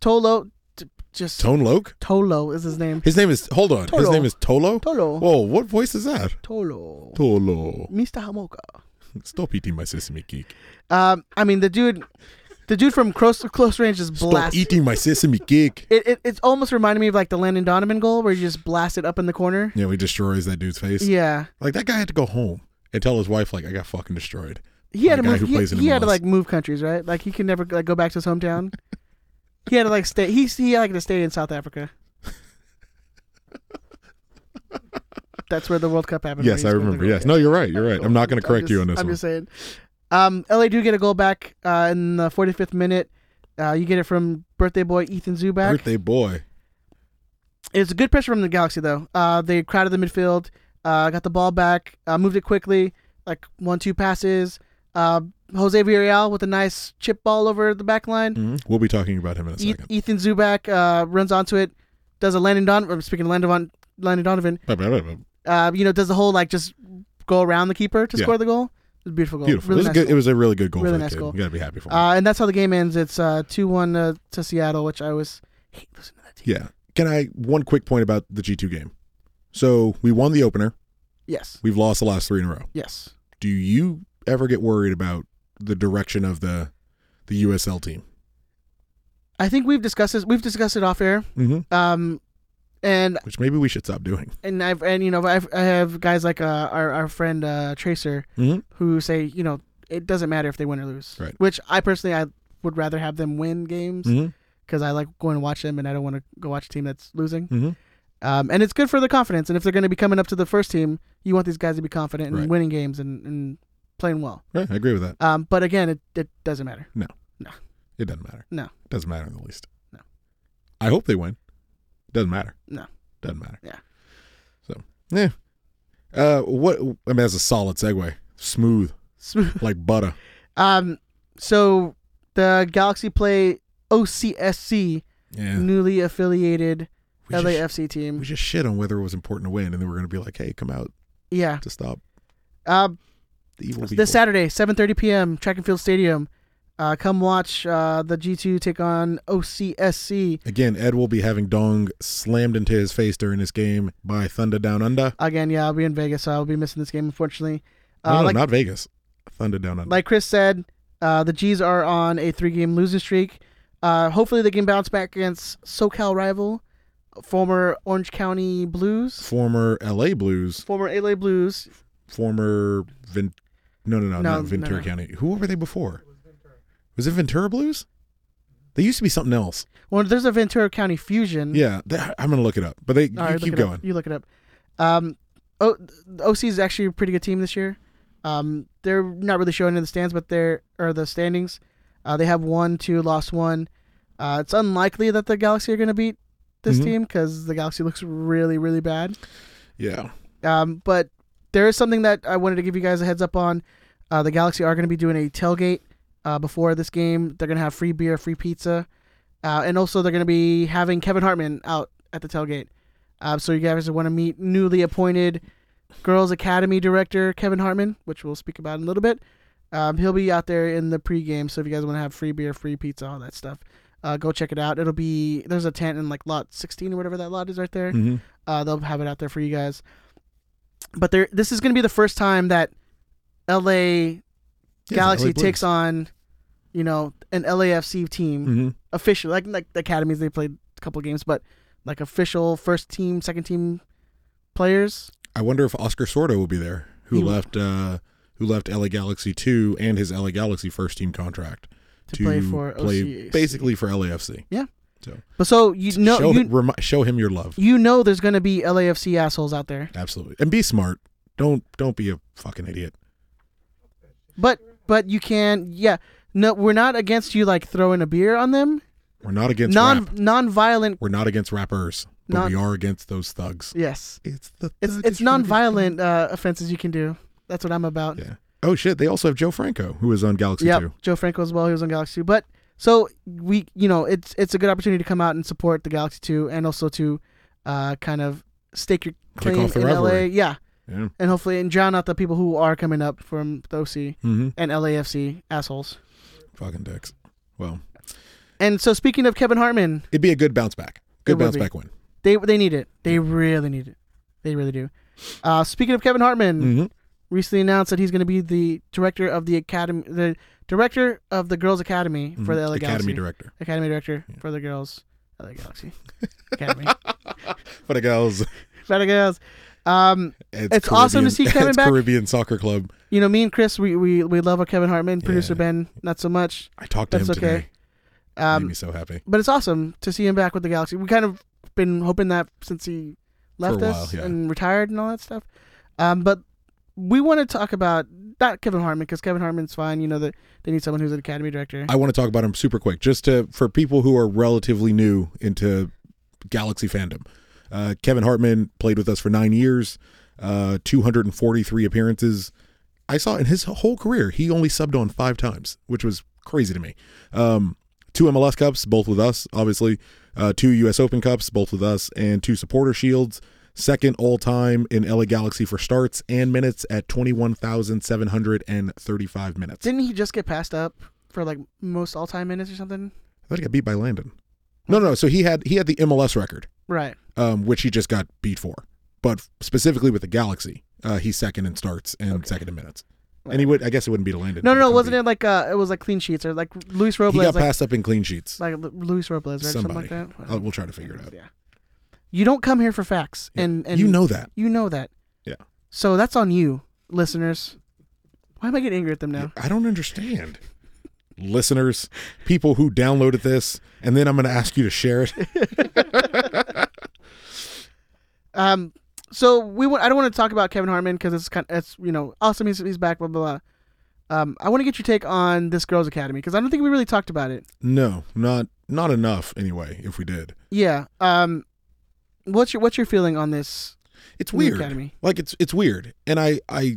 E: Tolo, t- just
F: Tone Loke.
E: Tolo is his name.
F: His name is. Hold on. His
E: Tolo.
F: name is Tolo.
E: Tolo.
F: Whoa, what voice is that?
E: Tolo.
F: Tolo.
E: Mr. Hamoka.
F: Stop eating my sesame cake.
E: Um, I mean, the dude, the dude from close close range just
F: Stop
E: blasted.
F: eating my sesame cake.
E: It, it, it's almost reminded me of like the Landon Donovan goal where he just blasted up in the corner.
F: Yeah, he destroys that dude's face.
E: Yeah.
F: Like that guy had to go home and tell his wife, like, I got fucking destroyed.
E: he had
F: the
E: to
F: guy
E: move.
F: who
E: He,
F: plays in
E: he had to
F: MLS.
E: like move countries, right? Like he could never like go back to his hometown. he had to like stay. He he had like to stay in South Africa. That's where the World Cup happened.
F: Yes, I
E: where he scored the
F: remember.
E: goal.
F: Yes. No, you're right. You're right. I'm not going to
E: I'm
F: correct
E: just-
F: you on this
E: I'm
F: one.
E: just saying. Um, LA do get a goal back uh, in the 45th minute. Uh, you get it from birthday boy Ethan Zubac.
F: Birthday boy.
E: It's good pressure from the Galaxy though. Uh, they crowded the midfield, uh, got the ball back, uh, moved it quickly, like one two passes. Uh, Jose Villarreal with a nice chip ball over the back line.
F: Mhm. We'll be talking about him in a
E: E-
F: second.
E: Ethan Zubac uh, runs onto it, does a Landon Donovan. I'm speaking of Landon, Von- Landon Donovan.
F: Blah, blah, blah, blah.
E: Uh, you know, does the whole like just go around the keeper to
F: Yeah.
E: score the goal. It was a beautiful goal.
F: Beautiful.
E: Really
F: it, was
E: nice
F: a good,
E: goal.
F: it was a really good goal
E: Really
F: for
E: nice
F: the kid.
E: goal.
F: You got to be happy for him.
E: Uh, and that's how the game ends. It's two one uh, to Seattle, which I was hate losing to that team.
F: yeah. Can I, one quick point about the G2 game? So we won the opener.
E: Yes,
F: We've lost the last three in a row.
E: yes.
F: Do you ever get worried about the direction of the the USL team?
E: I think we've discussed this. We've discussed it off air.
F: Mm-hmm.
E: Um, and
F: Which maybe we should stop doing.
E: and I've and you know I've, I have guys like uh, our our friend uh, Tracer
F: Mhm.
E: who say you know it doesn't matter if they win or lose.
F: Right.
E: Which I personally I would rather have them win games because
F: Mhm.
E: I like going to watch them and I don't want to go watch a team that's losing.
F: Mhm.
E: Um, and it's good for their confidence. And if they're going to be coming up to the first team, you want these guys to be confident and
F: Right.
E: winning games and, and playing well.
F: Yeah, I agree with that.
E: Um, but again, it, it doesn't matter.
F: It doesn't matter.
E: No.
F: It doesn't matter in the least.
E: No.
F: I hope they win. Doesn't matter.
E: No.
F: Doesn't matter.
E: Yeah.
F: So yeah. Uh what I mean that's a solid segue. Smooth. Like butter.
E: um, so the Galaxy play OCSC,
F: Yeah.
E: newly affiliated
F: we, just,
E: LAFC team.
F: we just shit on whether it was important to win and then we're gonna be like, hey, come out
E: yeah.
F: to stop
E: Um,
F: the evil people.
E: this Saturday, 7:30 p.m. Track and Field Stadium. Uh, come watch uh, the G2 take on OCSC
F: Again, Ed will be having Dong slammed into his face during this game by Thunder Down Under.
E: again. Yeah, I'll be in Vegas, so I'll be missing this game unfortunately.
F: No,
E: Uh,
F: no,
E: like,
F: not Vegas. Thunder Down Under.
E: like Chris said, uh, the G's are on a three-game losing streak. Uh, hopefully, they can bounce back against SoCal rival, former Orange County Blues,
F: former LA Blues,
E: former LA Blues.
F: former Vin- no, no, no,
E: No,
F: not
E: no,
F: Ventura
E: no.
F: County. Who were they before? Was it Ventura Blues? They used to be something else.
E: Well, there's a Ventura County Fusion.
F: Yeah, they- I- I'm gonna look it up. But they you
E: All right, look
F: keep
E: it up.
F: going.
E: You look it up. Um, o- the OC is actually a pretty good team this year. Um, they're not really showing in the stands, but they're or the standings. Uh, they have one, two, lost one. Uh, it's unlikely that the Galaxy are going to beat this
F: Mm-hmm.
E: team 'cause team because the Galaxy looks really, really bad.
F: Yeah,
E: Um, but there is something that I wanted to give you guys a heads up on. Uh, the Galaxy are going to be doing a tailgate uh, before this game. They're going to have free beer, free pizza, uh, and also they're going to be having Kevin Hartman out at the tailgate. Uh, so you guys want to meet newly appointed Girls Academy director Kevin Hartman, which we'll speak about in a little bit. Um, he'll be out there in the pregame. So if you guys want to have free beer, free pizza, all that stuff, uh, go check it out. It'll be there's a tent in like lot 16 or whatever that lot is right there.
F: Mhm.
E: Uh, they'll have it out there for you guys but there this is going to be the first time that LA Galaxy
F: LA Blues.
E: takes on you know an LAFC team
F: Mhm.
E: official like like the academies they played a couple games but like official first team second team players
F: I wonder if Oscar Sordo will be there, who
E: He will.
F: left uh, who left LA Galaxy two and his LA Galaxy first team contract
E: To play for
F: play
E: OCAC.
F: basically for LAFC.
E: yeah
F: So
E: But so you know,
F: show,
E: you,
F: him, remi- show him your love.
E: you know, there's gonna be LAFC assholes out there.
F: Absolutely. And be smart. Don't don't be a fucking idiot.
E: But but you can, yeah. No, we're not against you like throwing a beer on them.
F: We're not against
E: Non
F: rap.
E: non-violent.
F: We're not against rappers, but
E: Non-
F: we are against those thugs.
E: Yes,
F: It's the
E: it's
F: thug is
E: it's
F: gonna be
E: non-violent uh, offenses you can do. That's what I'm about.
F: Yeah. Oh shit! They also have Joe Franco, who is on Galaxy
E: Yep,
F: Two.
E: Joe Franco as well. He was on Galaxy Two, but so we, you know, it's it's a good opportunity to come out and support the Galaxy Two, and also to uh, kind of stake your
F: Kick
E: claim
F: off the
E: in
F: rivalry.
E: LA, yeah,
F: Yeah.
E: and hopefully and drown out the people who are coming up from the OC
F: Mm-hmm.
E: and LAFC assholes.
F: Fucking dicks. Well,
E: And so speaking of Kevin Hartman,
F: it'd be a good bounce back. Good
E: It would
F: bounce
E: be.
F: back win.
E: they they need it. They really need it. They really do. Uh, speaking of Kevin Hartman,
F: Mhm.
E: recently announced that he's going to be the director of the academy, the director of the girls' academy for the LA
F: Mm-hmm. Academy
E: Galaxy.
F: director
E: Academy director for the girls. LA Galaxy. Academy.
F: for the girls.
E: For the girls. Um,
F: uh, It's,
E: It's awesome
F: Caribbean-
E: to see Kevin
F: it's
E: back.
F: Caribbean Soccer Club.
E: you know, me and Chris, we, we, we love our Kevin Hartman. Producer
F: Yeah.
E: Ben, not so much.
F: I talked to
E: That's
F: him
E: okay.
F: today. Made
E: Um,
F: me so happy.
E: but it's awesome to see him back with the Galaxy. We kind of been hoping that since he left
F: For a
E: us
F: while, yeah.
E: and retired and all that stuff. Um, but we want to talk about not Kevin Hartman because Kevin Hartman's fine. You know that they need someone who's an academy director.
F: I want to talk about him super quick, just to for people who are relatively new into Galaxy fandom. Uh, Kevin Hartman played with us for nine years, uh, 243 appearances. I saw in his whole career he only subbed on five times, which was crazy to me. Um, two MLS Cups, both with us, obviously. Uh, two U.S. Open Cups, both with us, and two Supporter Shields. Second all time in LA Galaxy for starts and minutes at 21,735 minutes. I
E: Didn't he just get passed up for like most all time minutes or something?
F: thought he got beat by Landon. No, no, no. So he had he had the MLS record.
E: Right.
F: um, which he just got beat for. But specifically with the Galaxy, uh, he's second in starts and second in minutes. And he would, I guess, it wouldn't be to Landon.
E: No, no, no.
F: He'd
E: Wasn't
F: come
E: it like uh, it was like clean sheets or like Luis
F: beat- He
E: Robles,
F: got
E: like,
F: passed up in clean sheets.
E: like Lu- Luis Robles, right?
F: Somebody,
E: Something like that.
F: I'll- we'll try to figure it out.
E: Yeah. You don't come here for facts, and, and
F: you know that.
E: you know that.
F: Yeah.
E: So that's on you, listeners. Why am I getting angry at them now?
F: I don't understand. Listeners, people who downloaded this, and then I'm going to ask you to share it.
E: Um. So we want. I don't want to talk about Kevin Hartman because it's kind. It's you know awesome. He's, he's back. Blah blah blah. Um. I want to get your take on this girls' academy because I don't think we really talked about it.
F: No, not not enough. Anyway, if we did,
E: Yeah. Um. What's your What's your feeling on this?
F: it's
E: New
F: weird.
E: Academy.
F: Like it's it's weird, and I I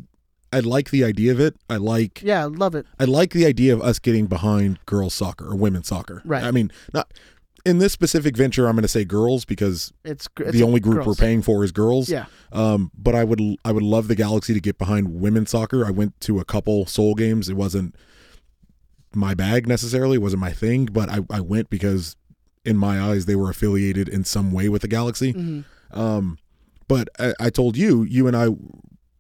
F: I like the idea of it. I like
E: Yeah. Love it.
F: I like the idea of us getting behind girls soccer or women's soccer.
E: Right.
F: I mean, not in this specific venture. I'm going to say girls because
E: It's, gr- it's
F: the only group
E: gross.
F: we're paying for is girls.
E: Yeah.
F: Um, but I would I would love the Galaxy to get behind women's soccer. I went to a couple Soul games. It wasn't my bag necessarily. It wasn't my thing, but I I went because in my eyes they were affiliated in some way with the Galaxy.
E: Mm-hmm.
F: Um, but I, I told you, you and I,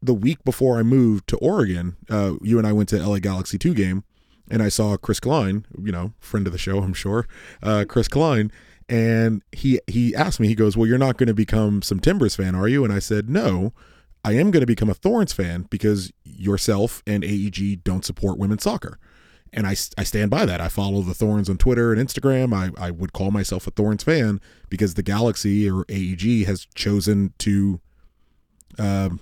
F: the week before I moved to Oregon, uh, you and I went to LA Galaxy two game, and I saw Chris Klein, you know, friend of the show, I'm sure, uh, Chris Klein, and he he asked me, he goes, "Well, you're not going to become some Timbers fan, are you?" And I said, "No." I am going to become a Thorns fan because yourself and AEG don't support women's soccer and I, I stand by that. I follow the Thorns on Twitter and Instagram. I, I would call myself a Thorns fan because the Galaxy or AEG has chosen to, um,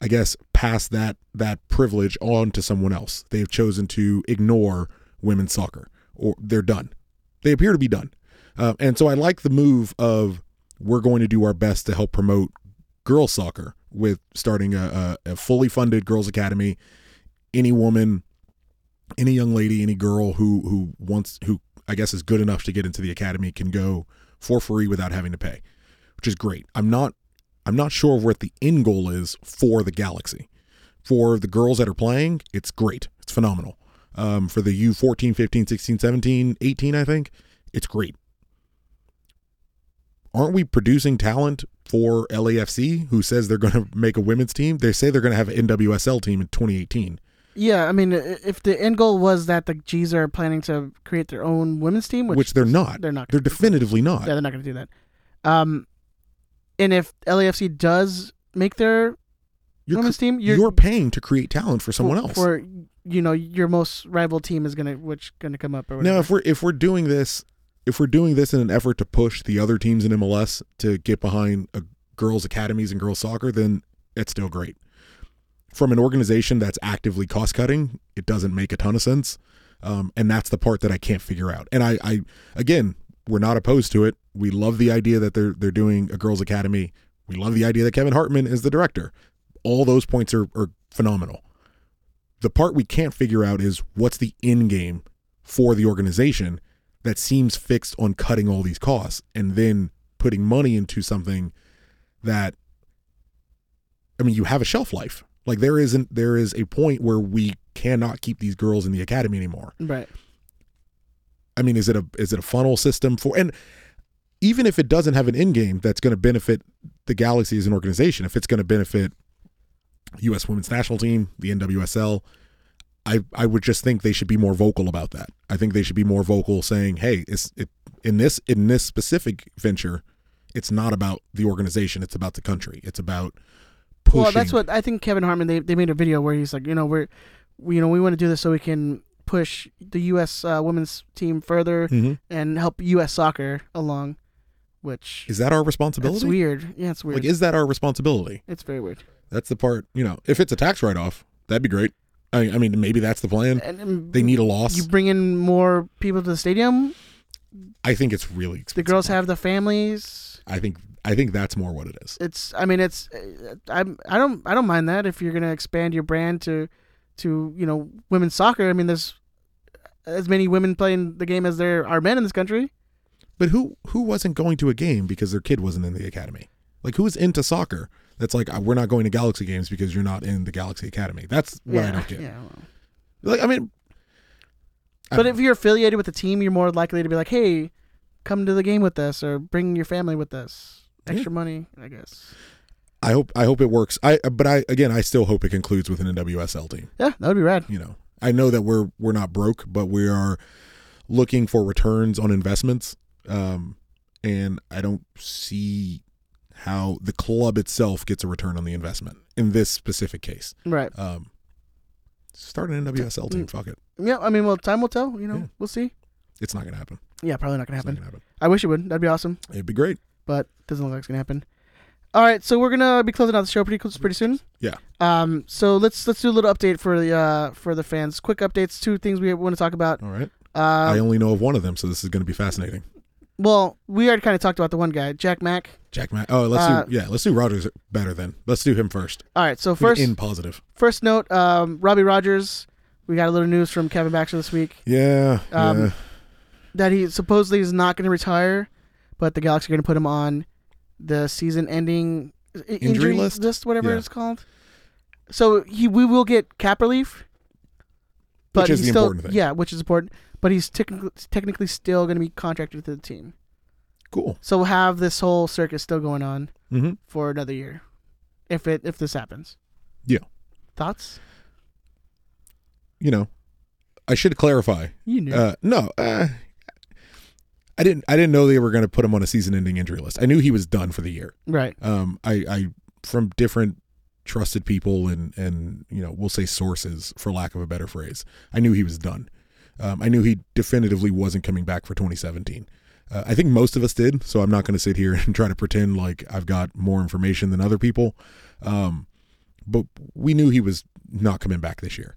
F: I guess, pass that that privilege on to someone else. They have chosen to ignore women's soccer, or they're done. They appear to be done, uh, and so I like the move of we're going to do our best to help promote girls soccer with starting a, a, a fully funded girls academy. Any woman any young lady, any girl who who wants who I guess is good enough to get into the academy can go for free without having to pay, which is great. I'm not I'm not sure what the end goal is for the Galaxy. For the girls that are playing, it's great. It's phenomenal. Um, for the U14, 15, 16, 17, 18, I think, it's great. Aren't we producing talent for LAFC who says they're going to make a women's team? They say they're going to have an NWSL team in 2018.
E: Yeah, I mean, i- if the end goal was that the G's are planning to create their own women's team, which,
F: which, they're not.
E: they're not
F: They're
E: gonna do
F: definitively not.
E: yeah, they're not going to do that. Um, and if LAFC does make their
F: You're,
E: women's
F: cr-
E: team,
F: you're,
E: you're,
F: paying to create talent for someone
E: for-
F: else.
E: for you know your most rival team is gonna which gonna come up or whatever.
F: now, if we're if we're doing this if we're doing this in an effort to push the other teams in MLS to get behind a girls' academies and girls' soccer, then it's still great. From an organization that's actively cost cutting, it doesn't make a ton of sense. Um, and that's the part that I can't figure out. And I, I, again, we're not opposed to it. We love the idea that they're they're doing a girls' academy. We love the idea that Kevin Hartman is the director. All those points are, are phenomenal. The part we can't figure out is what's the end game for the organization that seems fixed on cutting all these costs and then putting money into something that I mean you have a shelf life. Like there isn't there is a point where we cannot keep these girls in the academy anymore.
E: Right.
F: I mean, is it a is it a funnel system for and even if it doesn't have an end game that's going to benefit the galaxy as an organization, if it's going to benefit U.S. Women's National Team, the NWSL, I I would just think they should be more vocal about that. I think they should be more vocal saying, "Hey, it's it, in this in this specific venture, it's not about the organization; it's about the country. It's about pushing."
E: Well, that's what I think. Kevin Harmon they they made a video where he's like, you know, we're we, you know we want to do this so we can push the U.S. Uh, women's team further
F: Mhm.
E: and help U.S. soccer along, which
F: is that our
E: it's
F: responsibility.
E: weird. Yeah, it's weird.
F: Like, is that our responsibility?
E: it's very weird.
F: That's the part, you know, if it's a tax write off, that'd be great. I, I mean, maybe that's the plan.
E: And, and
F: They need a loss.
E: Uh, you bring in more people to the stadium.
F: I think it's really
E: The
F: expensive.
E: girls have the families.
F: I think I think that's more what it is.
E: it's i mean it's uh, i'm i don't i don't mind that if you're going to expand your brand to to you know women's soccer i mean there's uh, as many women playing the game as there are men in this country
F: But who who wasn't going to a game because their kid wasn't in the academy? Like who's into soccer? That's like "Ah, we're not going to Galaxy games because you're not in the Galaxy Academy. That's what I don't get.
E: yeah well.
F: Like I mean, I
E: but
F: don't
E: if you're affiliated with the team you're more likely to be like hey come to the game with us or bring your family with us extra money i guess
F: I hope I hope it works. I but I again I still hope it concludes with an NWSL team.
E: yeah that would be rad
F: you know i know that we're we're not broke but we are looking for returns on investments um and i don't see how the club itself gets a return on the investment in this specific case
E: right
F: um start an nwsl team fuck it
E: yeah i mean well time will tell you know
F: Yeah.
E: we'll see
F: it's not gonna happen
E: yeah probably not gonna
F: it's not
E: happen
F: gonna happen
E: i wish it would that'd be awesome
F: it'd be great
E: but doesn't look like it's gonna happen. All right, so we're gonna be closing out the show pretty close, pretty soon.
F: yeah
E: Um, so let's let's do a little update for the uh, for the fans. Quick updates, two things we want to talk about.
F: all right
E: Uh,
F: i only know of one of them so this is gonna be fascinating
E: well, we already kind of talked about the one guy, Jack Mack.
F: jack Matt. oh let's
E: Uh,
F: do yeah let's do rogers better then let's do him first
E: All right, so
F: We can
E: first
F: end positive
E: first note, um, Robbie Rogers. We got a little news from Kevin Baxter this week
F: yeah
E: Um,
F: yeah.
E: that he supposedly is not going to retire, but the Galaxy are going to put him on the season-ending i- injury,
F: list?
E: list, whatever
F: Yeah.
E: it's called. So he we will get cap relief, but
F: Which is
E: he's
F: the
E: still
F: important thing.
E: yeah, which is important. But he's technically technically still going to be contracted to the team,
F: cool
E: so we'll have this whole circus still going on
F: mm-hmm
E: for another year, if it if this happens.
F: Yeah.
E: Thoughts?
F: you know, I should clarify.
E: You knew.
F: Uh, no, uh, I didn't. I didn't know they were going to put him on a season-ending injury list. I knew he was done for the year.
E: right.
F: Um, I, I from different trusted people and and you know we'll say sources for lack of a better phrase. I knew he was done. Um, I knew he definitively wasn't coming back for 2017. Uh, I think most of us did, so I'm not going to sit here and try to pretend like I've got more information than other people. Um, but we knew he was not coming back this year.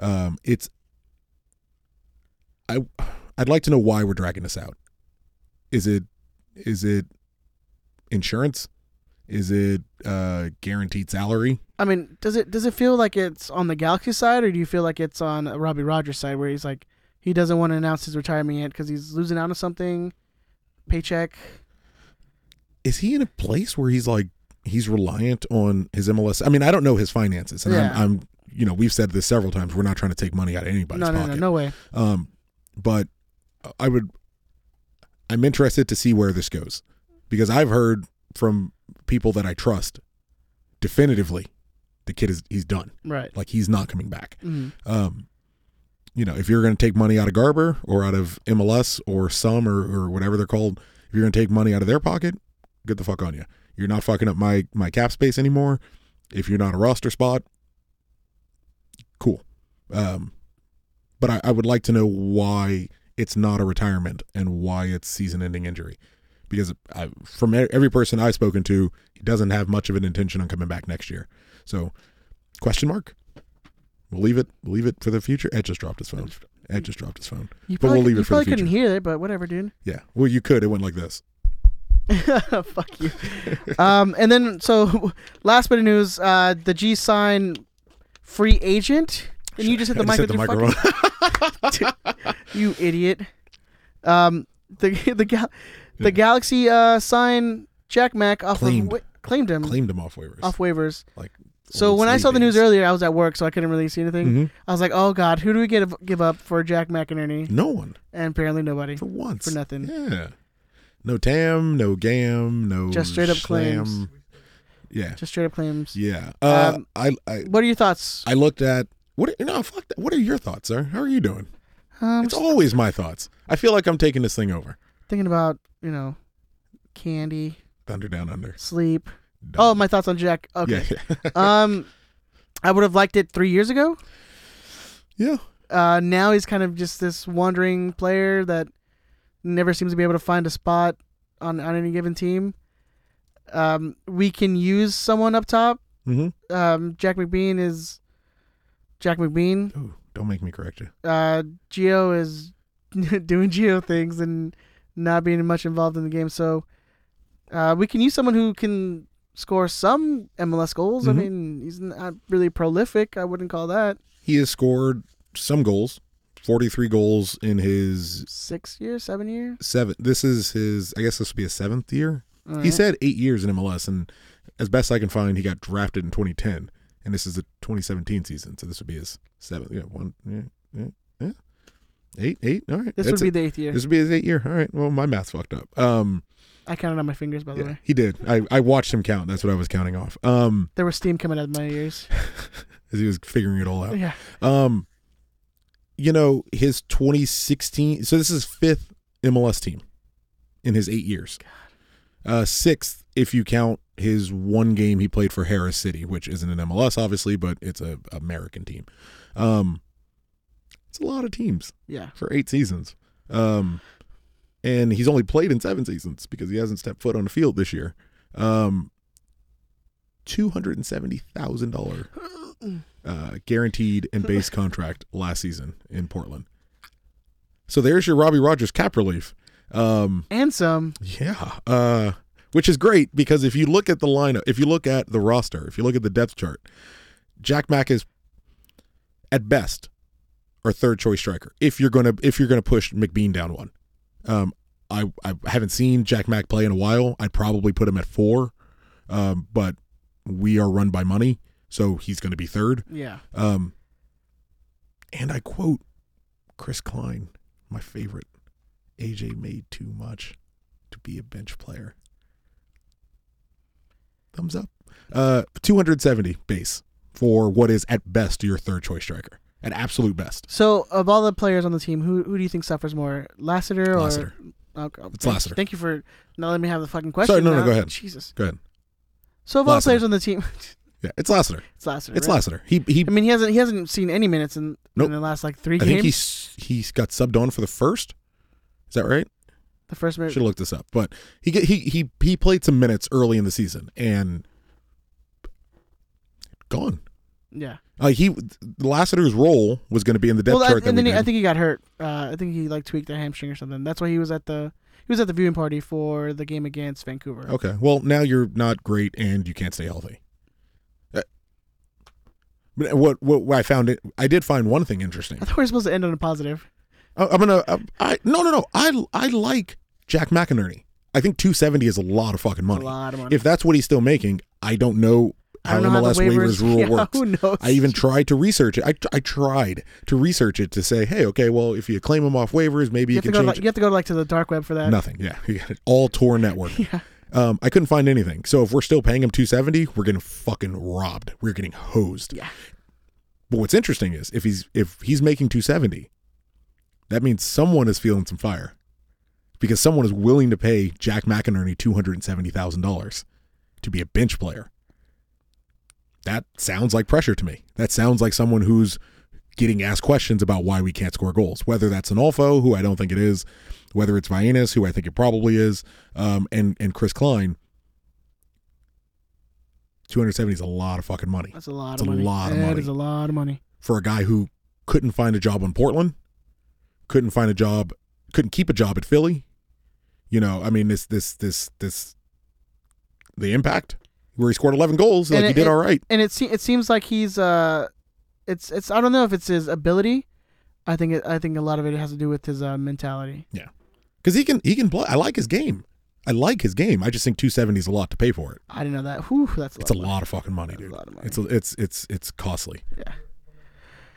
F: Um, it's I I'd like to know why we're dragging this out. Is it is it insurance? Is it uh, guaranteed salary?
E: I mean, does it does it feel like it's on the Galaxy side, or do you feel like it's on Robbie Rogers' side, where he's like he doesn't want to announce his retirement yet because he's losing out on something, paycheck.
F: Is he in a place where he's like he's reliant on his MLS? I mean, I don't know his finances, and
E: Yeah.
F: I'm, I'm you know we've said this several times. We're not trying to take money out of anybody's
E: no, no,
F: pocket.
E: no, no way.
F: Um, but I would, I'm interested to see where this goes because I've heard from people that I trust definitively the kid is he's done.
E: Right.
F: Like he's not coming back.
E: Mhm.
F: Um, you know, if you're going to take money out of Garber or out of MLS or some or, or whatever they're called, if you're going to take money out of their pocket, get the fuck on you. You're not fucking up my my cap space anymore. If you're not a roster spot, cool. Um, but I, I would like to know why it's not a retirement and why it's season-ending injury. Because I, from e- every person I've spoken to, he doesn't have much of an intention on coming back next year. So, question mark. We'll leave it. We'll leave it for the future. Ed just dropped his phone. Ed just dropped his phone.
E: You
F: but
E: probably,
F: we'll leave
E: you
F: it for the
E: probably
F: future.
E: couldn't hear it, but whatever, dude. Oh,
F: Yeah. Well, you could. It went like this.
E: Fuck you. um, and then so last bit of news: uh, the G sign free agent, and you just hit the
F: I
E: mic
F: just
E: with your fucking you idiot. Um, the the gal- the Galaxy uh sign Jack Mack off
F: Claimed.
E: of wa- claimed him
F: Claimed him off waivers.
E: off waivers.
F: like.
E: So
F: old
E: when I
F: sleep
E: saw the news
F: days.
E: earlier, I was at work, so I couldn't really see anything.
F: Mhm.
E: I was like, "Oh God, who do we get give up for Jack McInerney?"
F: no one
E: And apparently nobody.
F: for once
E: For nothing.
F: Yeah. No Tam. No Gam. No.
E: Just straight up
F: Shlam.
E: claims.
F: Yeah.
E: Just straight up claims.
F: Yeah. Uh,
E: Um,
F: I, I
E: What are your thoughts?
F: I looked at what no fuck that. What are your thoughts, sir? How are you doing?
E: Um,
F: It's always my thoughts. I feel like I'm taking this thing over.
E: thinking about you know, candy,
F: Thunder down under.
E: sleep. Oh, my thoughts on Jack. Okay.
F: Yeah. Yeah.
E: um, I would have liked it three years ago.
F: yeah.
E: Uh, now he's kind of just this wandering player that never seems to be able to find a spot on on any given team. Um, we can use someone up top
F: Mm-hmm.
E: um, Jack McBean is Jack McBean.
F: Ooh, don't make me correct you.
E: Uh, Geo is doing Geo things and not being much involved in the game. So uh, we can use someone who can score some MLS goals.
F: Mm-hmm.
E: I mean, he's not really prolific. I wouldn't call that
F: He has scored some goals. 43 goals in his
E: six years, seven years.
F: seven. This is his. I guess this would be his seventh year. He said eight years in MLS, and as best I can find, he got drafted in 2010, and this is the 2017 season. So this would be his seventh. Yeah, one. Yeah, yeah, yeah. Eight, eight. All right.
E: This
F: That's
E: would be
F: it.
E: the eighth year.
F: This would be his eight year. All right. Well, my math's fucked up. Um,
E: I counted on my fingers, by the
F: yeah,
E: way.
F: he did. I, I watched him count. That's what I was counting off. Um,
E: There was steam coming out of my ears.
F: as he was figuring it all out.
E: yeah.
F: Um, you know, his 2016. So this is fifth MLS team in his eight years. Uh, sixth, if you count his one game he played for Harris City, which isn't an MLS, obviously, but it's a American team. Um, it's a lot of teams
E: Yeah.
F: for eight seasons. Um, and he's only played in seven seasons because he hasn't stepped foot on the field this year. Um, two hundred and seventy thousand dollar uh, guaranteed and base contract last season in Portland. So there's your Robbie Rogers cap relief. Um,
E: And some.
F: yeah, uh, which is great because if you look at the lineup, if you look at the roster, if you look at the depth chart, Jack Mack is at best our third choice striker. If you're gonna if you're gonna push McBean down one, um, I I haven't seen Jack Mack play in a while. I'd probably put him at four, um, but we are run by money, so he's gonna be third.
E: Yeah.
F: Um, and I quote Chris Klein, my favorite. AJ made too much to be a bench player. Thumbs up. Uh, 270 base for what is at best your third choice striker, at absolute best.
E: So, of all the players on the team, who who do you think suffers more, Lassiter or
F: Lassiter.
E: Okay,
F: It's
E: thank-
F: Lassiter.
E: Thank you for not letting me have the fucking question.
F: Sorry, no, no,
E: now.
F: go ahead.
E: Jesus.
F: Go ahead.
E: So of all the
F: Lassiter.
E: players on the team,
F: Yeah, it's Lassiter.
E: it's Lassiter.
F: It's
E: right?
F: Lassiter. He he.
E: I mean, he hasn't he hasn't seen any minutes in,
F: Nope.
E: in the last like three
F: I
E: games.
F: think he's he's got subbed on for the first. Is that right?
E: the first minute.
F: Should have looked this up, but he get- he he he played some minutes early in the season and gone.
E: Yeah.
F: Like he Lassiter's role was going to be in the depth
E: Well, I,
F: chart. that
E: and then
F: we
E: he, I
F: did.
E: think he got hurt. Uh, I think he like tweaked a hamstring or something. That's why he was at the he was at the viewing party for the game against Vancouver.
F: Okay. Well, now you're not great and you can't stay healthy. Uh, But what what I found it I did find one thing interesting.
E: I thought we were supposed to end on a positive.
F: I- I'm gonna I, I no no no I I like Jack McInerney. I think 270 is a lot of fucking money.
E: lot of money.
F: If that's what he's still making, I don't know
E: I
F: how
E: don't know how the
F: MLS waivers,
E: waivers-
F: rule
E: yeah,
F: works.
E: who knows?
F: I even tried to research it. I, I tried to research it to say, hey, okay, well, if you claim him off waivers, maybe
E: You
F: you,
E: have, to
F: can
E: go to,
F: change.
E: like, you have to go to like to the dark web for that.
F: Nothing. Yeah, all tour network. Um, I couldn't find anything. So if we're still paying him two seventy, we're getting fucking robbed. We're getting hosed. Yeah. But what's interesting is if he's if he's making two seventy, that means someone is feeling some fire, because someone is willing to pay Jack McInerney two hundred and seventy thousand dollars to be a bench player. That sounds like pressure to me. That sounds like someone who's getting asked questions about why we can't score goals, whether that's Anolfo, who I don't think it is, whether it's Vianis, who I think it probably is, um, and and Chris Klein. 270 is a lot of fucking money
E: That's a lot
F: It's
E: of
F: a
E: money.
F: lot of
E: That
F: money.
E: is a lot of money.
F: for a guy who couldn't find a job in Portland, couldn't find a job, couldn't keep a job at Philly. You know, I mean, this, this, this, this, the impact where he scored 11 goals, like
E: And
F: he
E: it-
F: did
E: it-
F: all right.
E: And it se- it seems like he's uh, it's it's I don't know if it's his ability. I think it, I think a lot of it has to do with his uh, mentality.
F: Yeah. Cause he can, he can play. I like his game. I like his game. I just think 270 is a lot to pay for it.
E: I didn't know that. Whew, that's a
F: It's
E: lot.
F: a
E: of money.
F: lot of fucking money, dude.
E: lot of money.
F: It's, a, it's, it's, it's costly.
E: Yeah.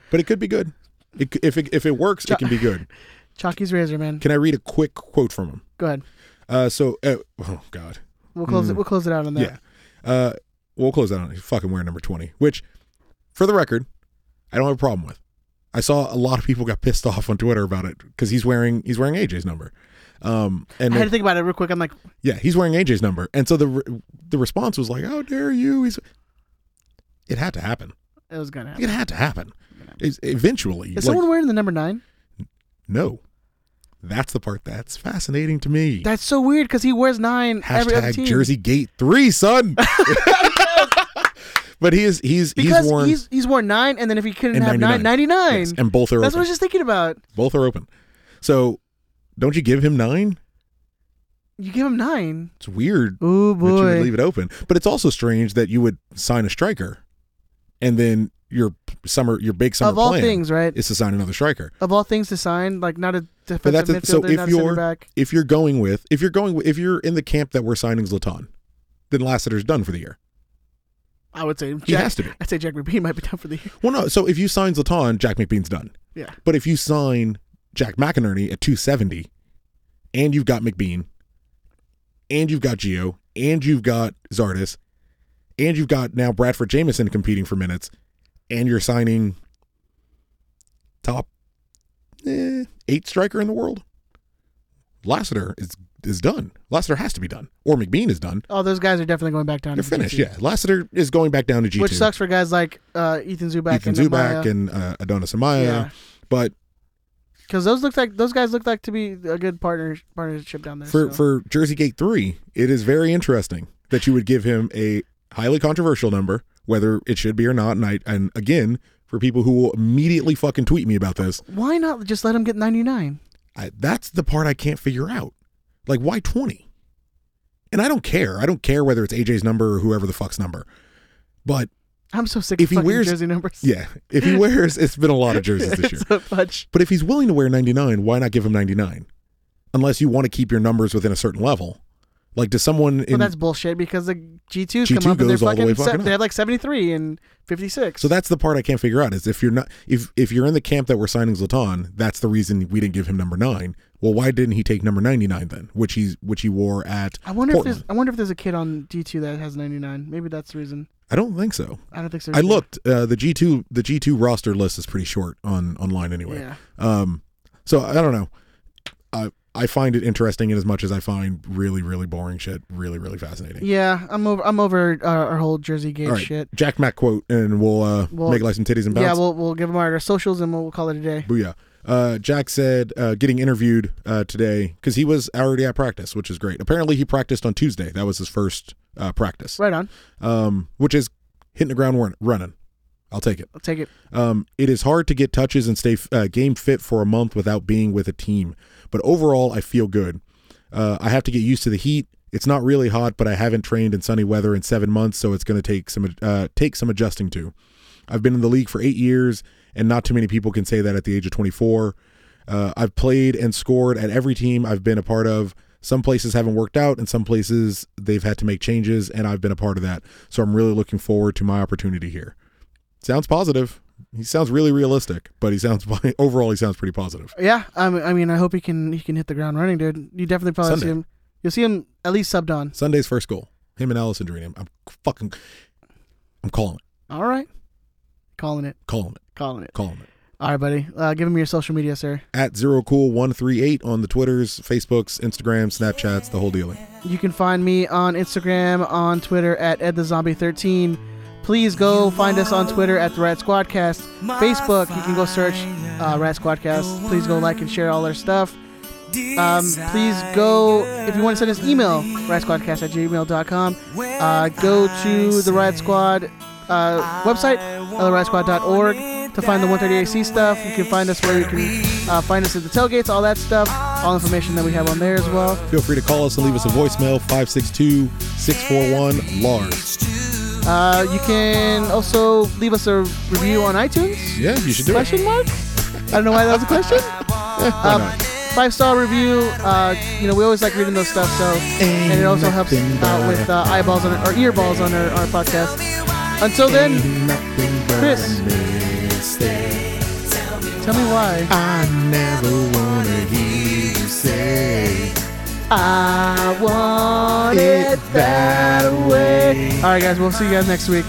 F: But it could be good. It, c- if, it, if it works, it can be good.
E: Chalky's razor, man.
F: Can I read a quick quote from him?
E: Go ahead.
F: Uh, so, uh, oh God.
E: We'll close it. We'll close it out on that.
F: Mm. Yeah. Uh, we'll close that on he's fucking wearing number 20, which, for the record, I don't have a problem with. I saw a lot of people got pissed off on Twitter about it because he's wearing he's wearing AJ's number. Um, and
E: I had to think about it real quick. I'm like,
F: yeah, he's wearing AJ's number, and so the re- the response was like, "How dare you?" He's it had to happen.
E: it was gonna happen.
F: It had to happen. It's- eventually,
E: Is
F: like,
E: someone wearing the number nine?
F: no. That's the part that's fascinating to me.
E: That's so weird because he wears nine every other
F: Hashtag
E: team.
F: Jersey Gate Three, son. but he is he's
E: Because
F: he's
E: he's,
F: worn
E: he's worn nine, and then if he couldn't
F: And
E: have
F: 99.
E: nine, 99.
F: Yes, and both are
E: That's
F: open.
E: what I was just thinking about.
F: both are open. So don't you give him nine?
E: You give him nine.
F: It's weird
E: Oh
F: that you would
E: boy.
F: leave it open, but it's also strange that you would sign a striker, and then your summer your big summer
E: Of all
F: plan
E: things, right?
F: is to sign another striker.
E: Of all things to sign, like not a
F: But
E: defensive
F: that's it. so
E: midfielder,
F: if
E: not a center
F: you're
E: back.
F: if you're going with if you're going with, if you're in the camp that we're signing Zlatan, then Lassiter's done for the year.
E: I would say Jack,
F: has to be.
E: I'd say Jack McBean might be done for the year.
F: Well, no. So if you sign Zlatan, Jack McBean's done.
E: Yeah.
F: But if you sign Jack McInerney at 270, and you've got McBean, and you've got Geo, and you've got Zardis, and you've got now Bradford Jameson competing for minutes, and you're signing top eh, eight striker in the world, Lassiter is is done. Lassiter has to be done, or McBean is done.
E: Oh, those guys are definitely going back down.
F: They're
E: to
F: finished.
E: G2,
F: Yeah, Lassiter is going back down to G two,
E: Which sucks for guys like uh, Ethan Zuback
F: Ethan
E: and
F: Zubac and uh, Adonis Amaya,
E: Yeah.
F: but
E: because those look like those guys look like to be a good partner partnership down there.
F: for
E: so.
F: for Jersey Gate three, it is very interesting that you would give him a highly controversial number, whether it should be or not. And I and again, for people who will immediately fucking tweet me about this,
E: why not just let him get ninety nine?
F: I, that's the part I can't figure out. Like, why twenty? And I don't care. I don't care whether it's AJ's number or whoever the fuck's number. But
E: I'm so sick
F: If
E: of
F: he
E: fucking
F: wears-
E: jersey numbers.
F: yeah, if he wears, it's been a lot of jerseys this year.
E: it's a bunch.
F: But if he's willing to wear 99, why not give him 99? Unless you want to keep your numbers within a certain level. Like, does someone
E: But
F: in
E: that's bullshit because the G twos
F: G2
E: come up and they're
F: goes all the way
E: fucking,
F: fucking
E: se-
F: up.
E: they have like seventy three and fifty six.
F: So that's the part I can't figure out is if you're not if if you're in the camp that we're signing Zlatan, that's the reason we didn't give him number nine. Well, why didn't he take number ninety nine then, which he's which he wore at?
E: I wonder
F: Portland?
E: if there's I wonder if there's a kid on D two that has ninety nine. Maybe that's the reason.
F: I don't think so.
E: I don't think so.
F: I
E: either.
F: looked uh, the G two the G two roster list is pretty short on online anyway.
E: Yeah.
F: Um, so I don't know. I I find it interesting in as much as I find really really boring shit really really fascinating.
E: Yeah, I'm over. I'm over uh, our whole Jersey Gate
F: All right,
E: shit.
F: Jack Mack quote, and we'll, uh,
E: Well,
F: make like some titties and bounce.
E: Yeah, we'll we'll give them our socials and we'll, we'll call it a day.
F: Booyah. Uh, Jack said uh, getting interviewed uh, today because he was already at practice, which is great. Apparently, he practiced on Tuesday. That was his first uh, practice,
E: Right on.
F: um, which is hitting the ground run- running. I'll take it.
E: I'll take it.
F: Um, it is hard to get touches and stay f- uh, game fit for a month without being with a team, but overall, I feel good. Uh, I have to get used to the heat. It's not really hot, but I haven't trained in sunny weather in seven months, so it's going to take some uh, take some adjusting to. I've been in the league for eight years, and not too many people can say that at the age of 24. Uh, I've played and scored at every team I've been a part of. Some places haven't worked out, and some places they've had to make changes, and I've been a part of that. So I'm really looking forward to my opportunity here. Sounds positive. He sounds really realistic, but he sounds overall he sounds pretty positive.
E: Yeah, I mean, I mean, I hope he can he can hit the ground running, dude. You definitely probably
F: Sunday.
E: see him. You'll see him at least subbed on.
F: Sunday's first goal, him and Allison Dream. I'm fucking, I'm calling it,
E: All right, calling it,
F: calling it,
E: calling it.
F: calling it.
E: All right, buddy. Uh, give him your social media, sir.
F: At zero cool one three eight on the Twitters, Facebooks, Instagrams, Snapchats, the whole dealing.
E: You can find me on Instagram, on Twitter at edthezombie13. Please go find us on Twitter at the Rat Squadcast. Facebook, you can go search uh, Rat Squadcast. Please go like and share all our stuff. Um, please go, if you want to send us email, ratsquadcast at gmail.com. Uh, go to the Riot Squad uh, website, lriotsquad.org, to find the 138C stuff. You can find us where you can uh, find us at the tailgates, all that stuff, all information that we have on there as well.
F: Feel free to call us and leave us a voicemail 562 641 Lars.
E: Uh, you can also leave us a review on iTunes.
F: Yeah, you should do it.
E: Question mark? I don't know why that was a question. Um,
F: Why not?
E: Five star review. Uh, you know, we always like reading those stuff. So, and it also helps
F: nothing
E: out with uh, eyeballs on our, or earballs on our, our podcast. Until then,
F: Nothing but
E: Chris.
F: a mistake.
E: tell me why
F: I never wanna hear you say
E: I want
F: it that way.
E: All right, guys. We'll see you guys next week.